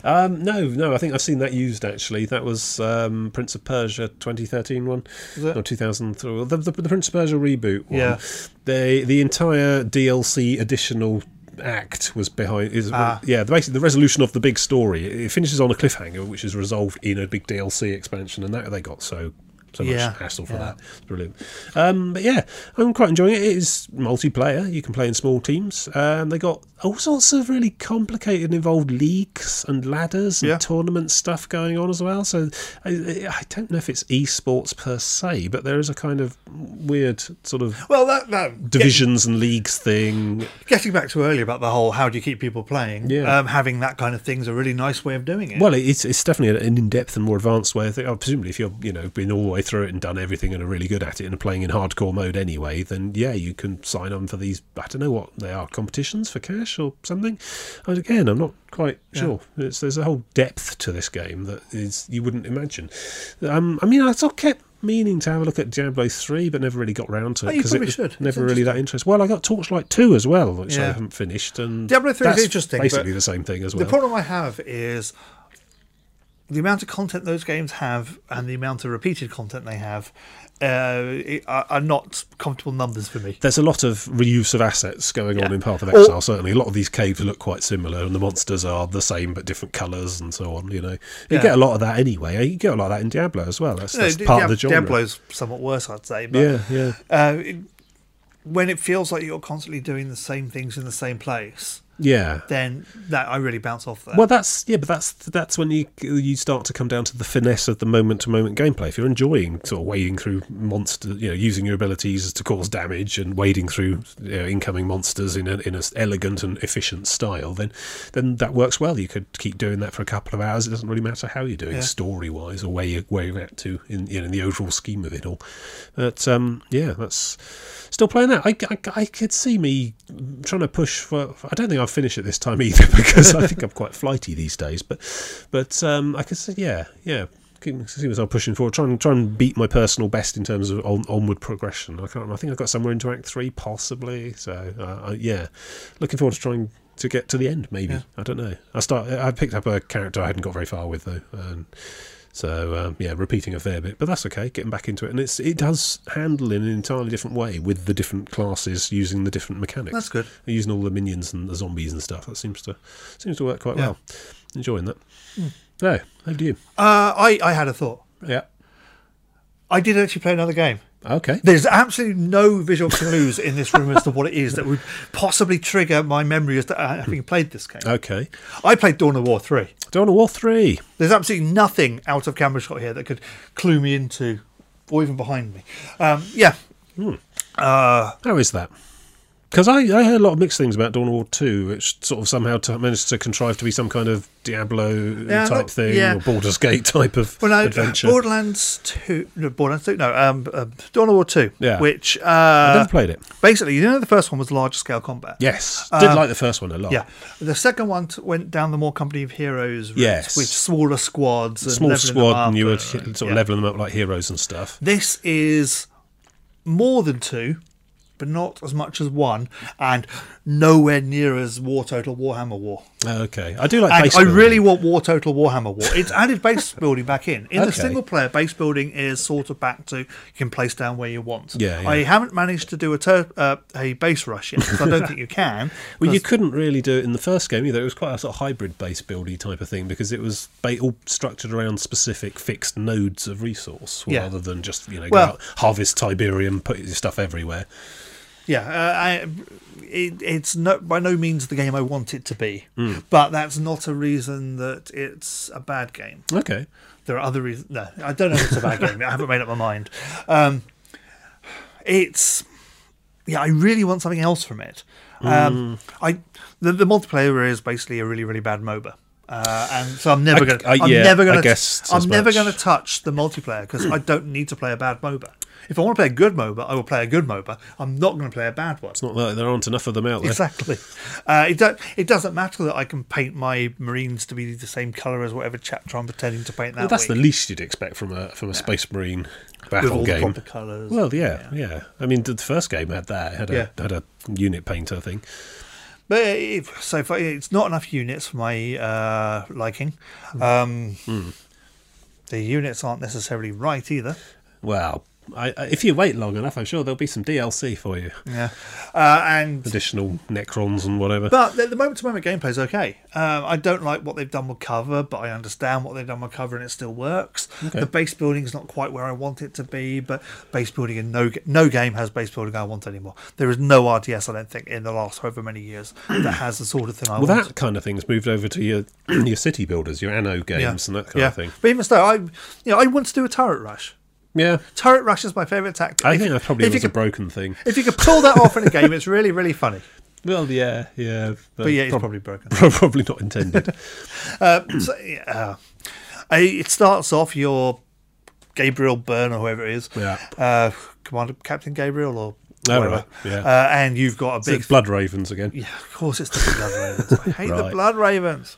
Um, no, no, I think I've seen that used actually. That was um, Prince of Persia 2013 one.
Was it?
Or 2003. well, The, the, the Prince of Persia reboot one.
Yeah.
They, the entire DLC additional act was behind is
Ah.
yeah basically the resolution of the big story it finishes on a cliffhanger which is resolved in a big dlc expansion and that they got so so
Yeah.
much hassle for
Yeah.
that. It's brilliant. Um, but yeah, I'm quite enjoying it. It is multiplayer. You can play in small teams. Um, they got all sorts of really complicated and involved leagues and ladders and
Yeah.
tournament stuff going on as well. So I, I don't know if it's esports per se, but there is a kind of weird sort of
Well, that, that
divisions and leagues thing.
get- getting back to earlier about the whole how do you keep people playing?
Yeah.
Um, having that kind of thing's a really nice way of doing it.
Well, it's it's definitely an in-depth and more advanced way. of thi- oh, presumably, if you're you know been all the way through it and done everything and are really good at it and are playing in hardcore mode anyway, then yeah, you can sign on for these. I don't know what they are, competitions for cash or something. And again, I'm not quite
Yeah.
sure. It's, there's a whole depth to this game that is you wouldn't imagine. Um, I mean, I sort of kept meaning to have a look at Diablo three, but never really got round to
Oh,
it
you
it
probably
was
should. It's
never really that interesting. Well, I got Torchlight two as well, which I
Yeah.
haven't finished, and
Diablo 3 is
that's
interesting, but
Basically, the same thing as well.
The problem I have is the amount of content those games have and the amount of repeated content they have uh, it- are, are not comfortable numbers for me.
there's a lot of reuse of assets going on in Path of
Or-
Exile. certainly, a lot of these caves look quite similar, and the monsters are the same but different colours and so on. You know, you
Yeah.
get a lot of that anyway. eh? You get a lot of that in Diablo as well. That's, that's
No,
part of
Diab-
the genre.
Uh, Diablo's somewhat worse, I'd say. But
yeah, yeah,
uh, it- when it feels like you're constantly doing the same things in the same place,
yeah.
then that I really bounce off that.
Well, that's yeah, but that's that's when you you start to come down to the finesse of the moment to moment gameplay. If you're enjoying sort of wading through monster, you know, using your abilities to cause damage and wading through you know, incoming monsters in an in a s elegant and efficient style, then then that works well. You could keep doing that for a couple of hours. It doesn't really matter how you're doing
Yeah.
story wise or where you where you're at to in you know, in the overall scheme of it all. But um, yeah, that's still playing that. I, I, I could see me trying to push for. I don't think I'll finish it this time either because I think I'm quite flighty these days. But but um, I could see, yeah, yeah. keep- See myself pushing forward, try and try and beat my personal best in terms of on, onward progression. I can't. I think I got somewhere into Act Three, possibly. So uh, I, yeah, looking forward to trying to get to the end. Maybe
Yeah.
I don't know. I start. I picked up a character I hadn't got very far with though. And, so um, yeah, repeating a fair bit, but that's okay. Getting back into it, and it's it does handle in an entirely different way with the different classes using the different mechanics.
That's good.
Using all the minions and the zombies and stuff. That seems to seems to work quite
Yeah. Hmm.
well. Enjoying that. So, over to you.
Uh, I, I had a thought.
Yeah.
I did actually play another game.
Okay.
There's absolutely no visual clues in this room as to what it is that would possibly trigger my memory as to uh, having played this game.
Okay.
I played Dawn of War 3.
Dawn of War three.
There's absolutely nothing out of camera shot here that could clue me into, or even behind me. Um, yeah. Uh,
How is that? Because I, I heard a lot of mixed things about Dawn of War 2, which sort of somehow t- managed to contrive to be some kind of Diablo
Yeah,
type
that-
thing
yeah. uh,
or Baldur's Gate type of
well, no,
adventure.
Borderlands 2, no, Borderlands 2, no, um, um, Dawn of War 2,
Yeah.
which
I've
uh,
never played it.
basically, you know, the first one was large scale combat.
Yes, did like the first one a lot.
uh, Yeah, the second one t- went down the more Company of Heroes route,
Yes.
with smaller squads, and
small
leveling them
squad, and
up
you were
and-
sort of
yeah.
leveling them up like heroes and stuff.
This is more than two, but not as much as one, and nowhere near as War Total Warhammer War.
Okay, I do like.
And
base
I
building.
really want War Total Warhammer War. It's added base building back in. In
Okay.
the single player, base building is sort of back to you can place down where you want.
Yeah, yeah.
I haven't managed to do a tur uh, a base rush yet 'cause I don't think you can.
Well, you
'cause-
couldn't really do it in the first game either. It was quite a sort of hybrid base buildy type of thing because it was ba- all structured around specific fixed nodes of resource
Yeah.
rather than just you know
Well-
go out, harvest Tiberium, put your stuff everywhere.
Yeah, uh, I, it, it's no, by no means the game I want it to be,
Hmm.
but that's not a reason that it's a bad game.
Okay,
There are other reasons. No, I don't know if it's a bad game. I haven't made up my mind. Um, it's yeah, I really want something else from it. Um,
Mm.
I the, the multiplayer is basically a really really bad MOBA. Uh, and so I'm never
I-
gonna.
I-
I, am
yeah,
never
I
gonna.
guessed as
I'm never
much.
gonna touch the multiplayer because I don't need to play a bad MOBA. If I want to play a good MOBA, I will play a good MOBA. I'm not gonna play a bad one.
it's not like there aren't enough of them out there.
Exactly. Uh, it, do- it doesn't matter that I can paint my Marines to be the same colour as whatever chapter I'm pretending to paint that
Well, that's the
week,
least you'd expect from a from a Space Marine
with
battle
all the
game.
proper colours.
Well, yeah, yeah, I mean, the the first game had that. It had a
Yeah.
had a unit painter thing.
but it, so far, it's not enough units for my uh, liking.
Hmm.
Um, The units aren't necessarily right either.
Well, I, I- if you wait long enough, I'm sure there'll be some DLC for you,
Yeah. Uh, and
additional Necrons and whatever.
But the- the moment to moment gameplay is okay. Um, I don't like what they've done with cover, but I understand what they've done with cover and it still works. The base building is not quite where I want it to be, but base building in no ga- no game has base building I want anymore. There is no RTS, I don't think, in the last however many years that has the sort of thing I
well,
want.
that kind of thing's moved over to your your city builders, your Anno games, and that kind
yeah.
of thing.
But even so, I you know I want to do a turret rush.
Yeah,
Turret rush is my favourite tactic.
I
If-
think that probably
if you
was a
could,
broken thing.
if you could pull that off in a game, it's really really funny.
Well, yeah, yeah,
But yeah, it's
prob-
probably broken.
probably not intended.
Um, so, yeah, I, it starts off your Gabriel Byrne or whoever it is,
Yeah.
uh, Commander Captain Gabriel or
Oh,
whatever,
right, yeah.
uh, and you've got a
Is
big.
it Blood Ravens again.
yeah, of course, it's the Blood Ravens. I hate the
Right. Uh-huh.
Blood Ravens.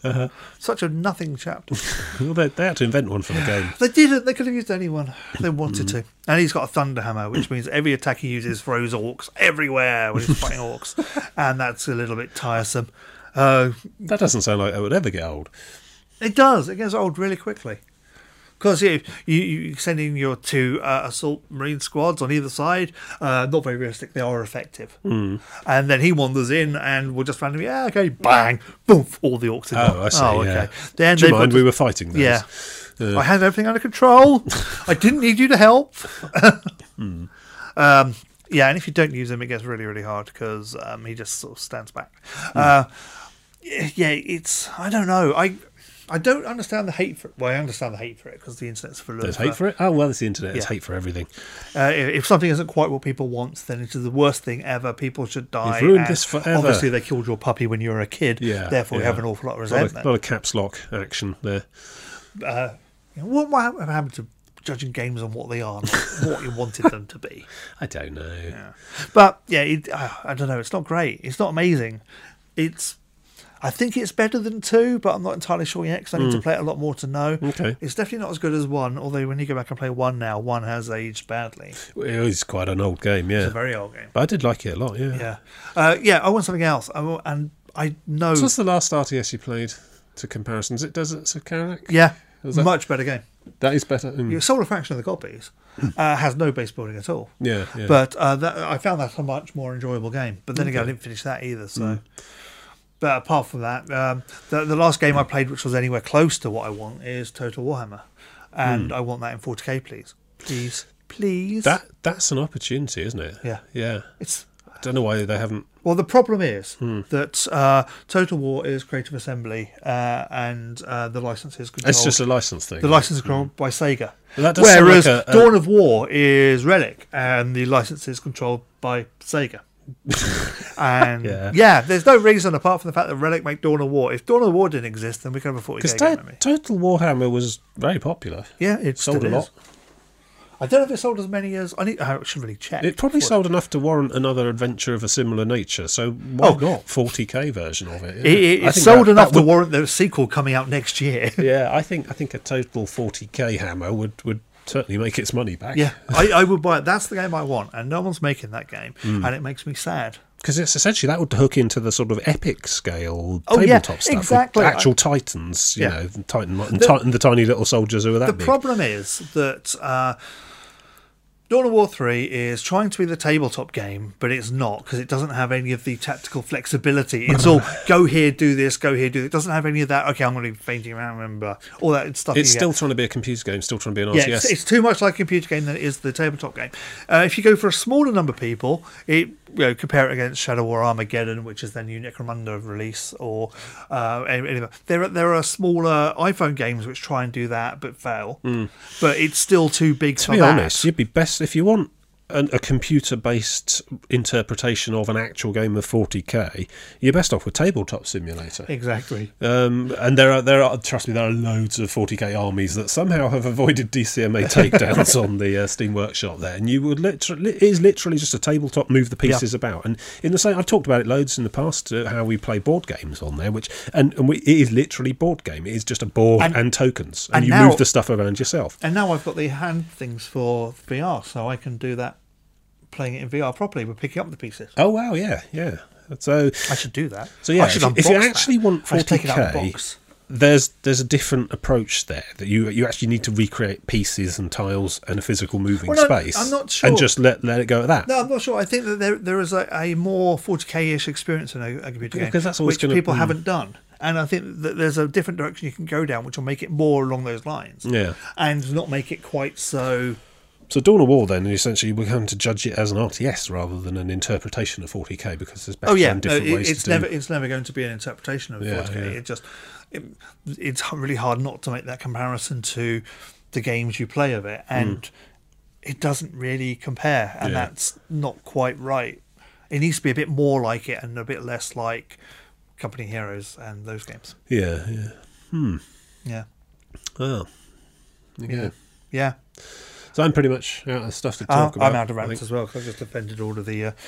Such a nothing chapter.
Well, they, they had to invent one for the game.
They didn't. They could have used anyone. They wanted to.
Mm-hmm.
And he's got a thunder hammer, which means every attack he uses throws orcs everywhere when he's fighting orcs, and that's a little bit tiresome. Uh,
That doesn't sound like it would ever get old.
It does. It gets old really quickly. Because you, you you sending your two uh, assault marine squads on either side, uh, not very realistic. They are effective.
Mm.
And then he wanders in, and we'll just randomly, yeah, okay, bang, boom, all the orcs. are
Oh,
gone.
I see.
Oh, okay.
yeah.
Then
Do you
they've got
mind?
to-
We were fighting those.
Yeah.
Uh,
I have everything under control. I didn't need you to help. um, yeah, and if you don't use him, it gets really, really hard because um, he just sort of stands back.
Hmm.
Uh, y- yeah, it's I don't know. I I don't understand the hate for it. Well, I understand the hate for it because the internet's full of
There's
uh,
hate for it. Oh well, it's the internet. It's
Yeah.
hate for everything.
uh, if if something isn't quite what people want, then it is the worst thing ever. People should die.
You've ruined
and
this forever.
Obviously, they killed your puppy when you were a kid.
Yeah,
Therefore, you
yeah.
have an awful lot of
A lot of,
resentment.
lot of caps lock action there.
You know, what, what happened to judging games on what they are, not what you wanted them to be?
I don't know.
But yeah, it, uh, I don't know. It's not great. It's not amazing. It's. I think it's better than two, but I'm not entirely sure yet because I need to play it a lot more to know.
Hmm. Okay.
It's definitely not as good as one. Although when you go back and play one now, one has aged badly. It's
It is quite an old game. Yeah,
a very old game.
but I did like it a lot. Yeah.
Yeah. Uh, yeah. I want something else. I want, and I know.
So what's the last RTS you played to comparisons? It does it. of Karak.
yeah.
was that-
Much better game.
That is better. Mm.
Your Solar Fraction of the Copies uh, has no base building at all.
Yeah. yeah.
But uh, that, I found that a much more enjoyable game. But then again, I didn't finish that either. So,
Mm.
but apart from that, um, the, the last game I played, which was anywhere close to what I want, is Total Warhammer, and I want that in 40k, please, please, please.
Mm. that that's an opportunity, isn't it?
Yeah.
Yeah.
it's
I don't know why they haven't.
well, the problem is
Hmm.
that uh, Total War is Creative Assembly, uh, and uh, the license is controlled.
It's just a license thing.
the license is controlled by Sega.
Well, that does sound
Whereas
like a- a-
Dawn of War is Relic, and the license is controlled by Sega. and yeah.
Yeah.
there's no reason apart from the fact that Relic make Dawn of War. If Dawn of War didn't exist, then we could have a 40k
Because
game.
Ta-
I mean.
Total Warhammer was very popular.
Yeah, it
sold a
still
lot.
is. I don't know if it sold as many as I need. I should really check.
It probably
What-
sold enough to warrant another adventure of a similar nature. So why
Oh.
not 40k version of it? yeah.
It, it,
I
it
think
sold
that-
enough
that
to warrant the sequel coming out next year.
would- yeah, I think I think a total 40k hammer would would certainly make its money back.
yeah, I, I would buy it. That's the game I want, and no one's making that game,
Hmm.
and it makes me sad.
because it's essentially that would hook into the sort of epic scale
Oh, yeah,
tabletop stuff. with
exactly.
actual titans, you
Yeah.
know, the titan and titan the tiny little soldiers who were that
the
big.
problem is that uh, Dawn of War 3 is trying to be the tabletop game, but it's not because it doesn't have any of the tactical flexibility. It's all go here, do this, go here, do it. It doesn't have any of that. Okay, I'm going to be fainting around, remember all that stuff.
it's
you get.
still trying to be a computer game, still trying to be an
Yeah,
RTS.
it's, it's too much like a computer game than it is the tabletop game. Uh, if you go for a smaller number of people, it you know, compare it against Shadow War Armageddon, which is their new Necromunda release, or uh, any- any- there are, there are smaller iPhone games which try and do that but fail. But it's still too
Hmm.
big
to
for
be
that.
honest, you'd be best if you want an, a computer-based interpretation of an actual game of 40k. You're best off with Tabletop Simulator.
exactly.
Um, and there are there are trust me there are loads of 40k armies that somehow have avoided DCMA takedowns on the uh, Steam Workshop there, and you would literally it is literally just a tabletop move the pieces about, and in the same I've talked about it loads in the past uh, how we play board games on there, which and and we, it is literally board game, it is just a board
And-
and, tokens, and,
and
you
now-
move the stuff around yourself.
And now I've got the hand things for VR, so I can do that playing it in VR properly. We're picking up the pieces.
Oh wow, yeah, yeah. So
I should do that.
So yeah,
I should
if, if you
unbox that.
actually want
I should
40k,
take it out of the box.
there's there's a different approach there that you you actually need to recreate pieces and tiles and a physical moving
Well, I'm-
space.
I'm not
And
sure.
just let let it go at that.
No, I'm not sure. I think that there there is a, a more 40k-ish experience in a, a computer
Yeah,
game,
'cause that's always
which
gonna-
people
mm.
haven't done, and I think that there's a different direction you can go down, which will make it more along those lines,
Yeah.
and not make it quite so.
So Dawn of War then essentially we're going to judge it as an RTS rather than an interpretation of 40k because there's better
Oh yeah,
and
no,
different
it-
ways
it's
to do
never it's never going to be an interpretation of
Yeah,
40k.
yeah.
It just it, it's really hard not to make that comparison to the games you play of it, and it doesn't really compare, and
Hmm. Yeah.
that's not quite right. It needs to be a bit more like it and a bit less like Company Heroes and those games.
Yeah, yeah.
Yeah.
Oh. There you go.
Yeah.
So I'm pretty much out of stuff to
Uh,
talk about.
I'm out of
I
rants
think.
as well because I just offended all of the.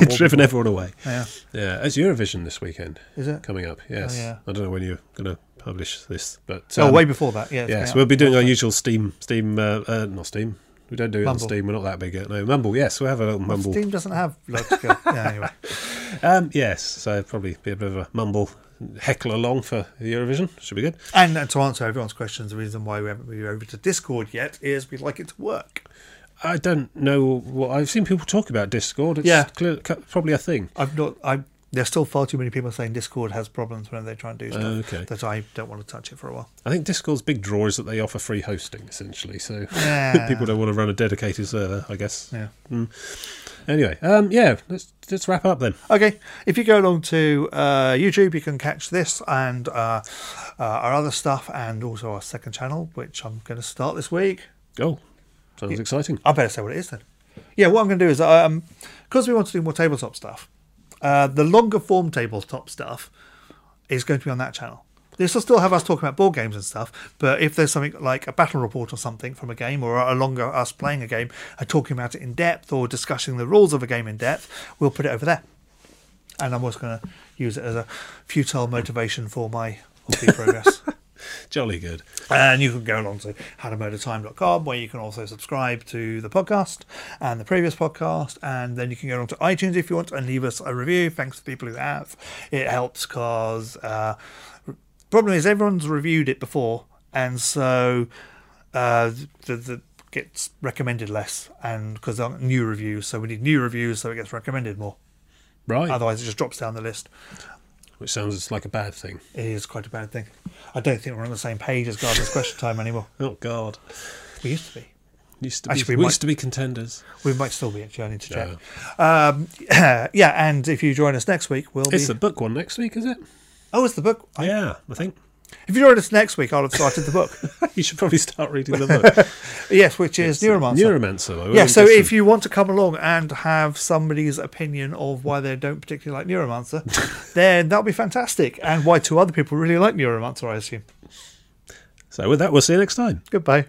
Uh,
Driven everyone away.
yeah.
Yeah, it's Eurovision this weekend
Is it?
coming up. Yes.
Oh, yeah.
I don't know when you're going to publish this, but
oh,
um,
way before that. Yeah. it's
Yes,
coming
we'll
up.
be doing our usual Steam, Steam, uh, uh, not Steam. We don't do it
Mumble.
on Steam. We're not that big yet. No, Mumble. Yes, we'll have a little Mumble.
Steam doesn't have logical. yeah. Anyway.
Um, yes, so probably be a bit of a Mumble heckle along for the Eurovision. Should be good.
And uh, to answer everyone's questions, the reason why we haven't moved over to Discord yet is we'd like it to work.
I don't know what I've seen people talk about Discord. It's
Yeah.
clear, cu- probably a thing.
I've not. I there's still far too many people saying Discord has problems whenever they try and do stuff.
Uh, Okay.
That I don't want to touch it for a while.
I think Discord's big draw is that they offer free hosting essentially. So
Yeah.
people don't want to run a dedicated server, I guess.
Yeah.
Anyway, um, yeah, let's let's wrap up then.
Okay, if you go along to uh, YouTube, you can catch this and uh, uh, our other stuff, and also our second channel, which I'm going to start this week.
Oh, sounds exciting.
I better say what it is then. Yeah, what I'm going to do is um, because we want to do more tabletop stuff, uh, the longer form tabletop stuff is going to be on that channel. This will still have us talking about board games and stuff, but if there's something like a battle report or something from a game, or a longer us playing a game and talking about it in depth, or discussing the rules of a game in depth, we'll put it over there. And I'm also going to use it as a futile motivation for my hobby progress.
Jolly good.
And you can go along to howtomurdertime.com where you can also subscribe to the podcast and the previous podcast. And then you can go along to iTunes if you want and leave us a review. Thanks to people who have. It helps because uh, problem is everyone's reviewed it before. And so uh, the, the gets recommended less and because they're new reviews. So we need new reviews so it gets recommended more.
Right,
Otherwise, it just drops down the list.
which sounds like a bad thing.
It is quite a bad thing. I don't think we're on the same page as Garden's Question Time anymore.
Oh God.
We used to be.
Used to be,
Actually,
we
we might-
used to be contenders.
We might still be actually. I need to check. Um, yeah, and if you join us next week, we'll
It's
be.
the book one next week, is it?
oh, it's the book. I-
Yeah, I think
If you join us next week, I'll have started the book.
you should probably start reading the book.
yes, which is Neuromancer.
Neuromancer. I
yeah,
wouldn't
so
guess
if you want to come along and have somebody's opinion of why they don't particularly like Neuromancer, then that'll be fantastic. And why two other people really like Neuromancer, I assume.
So with that, we'll see you next time.
Goodbye.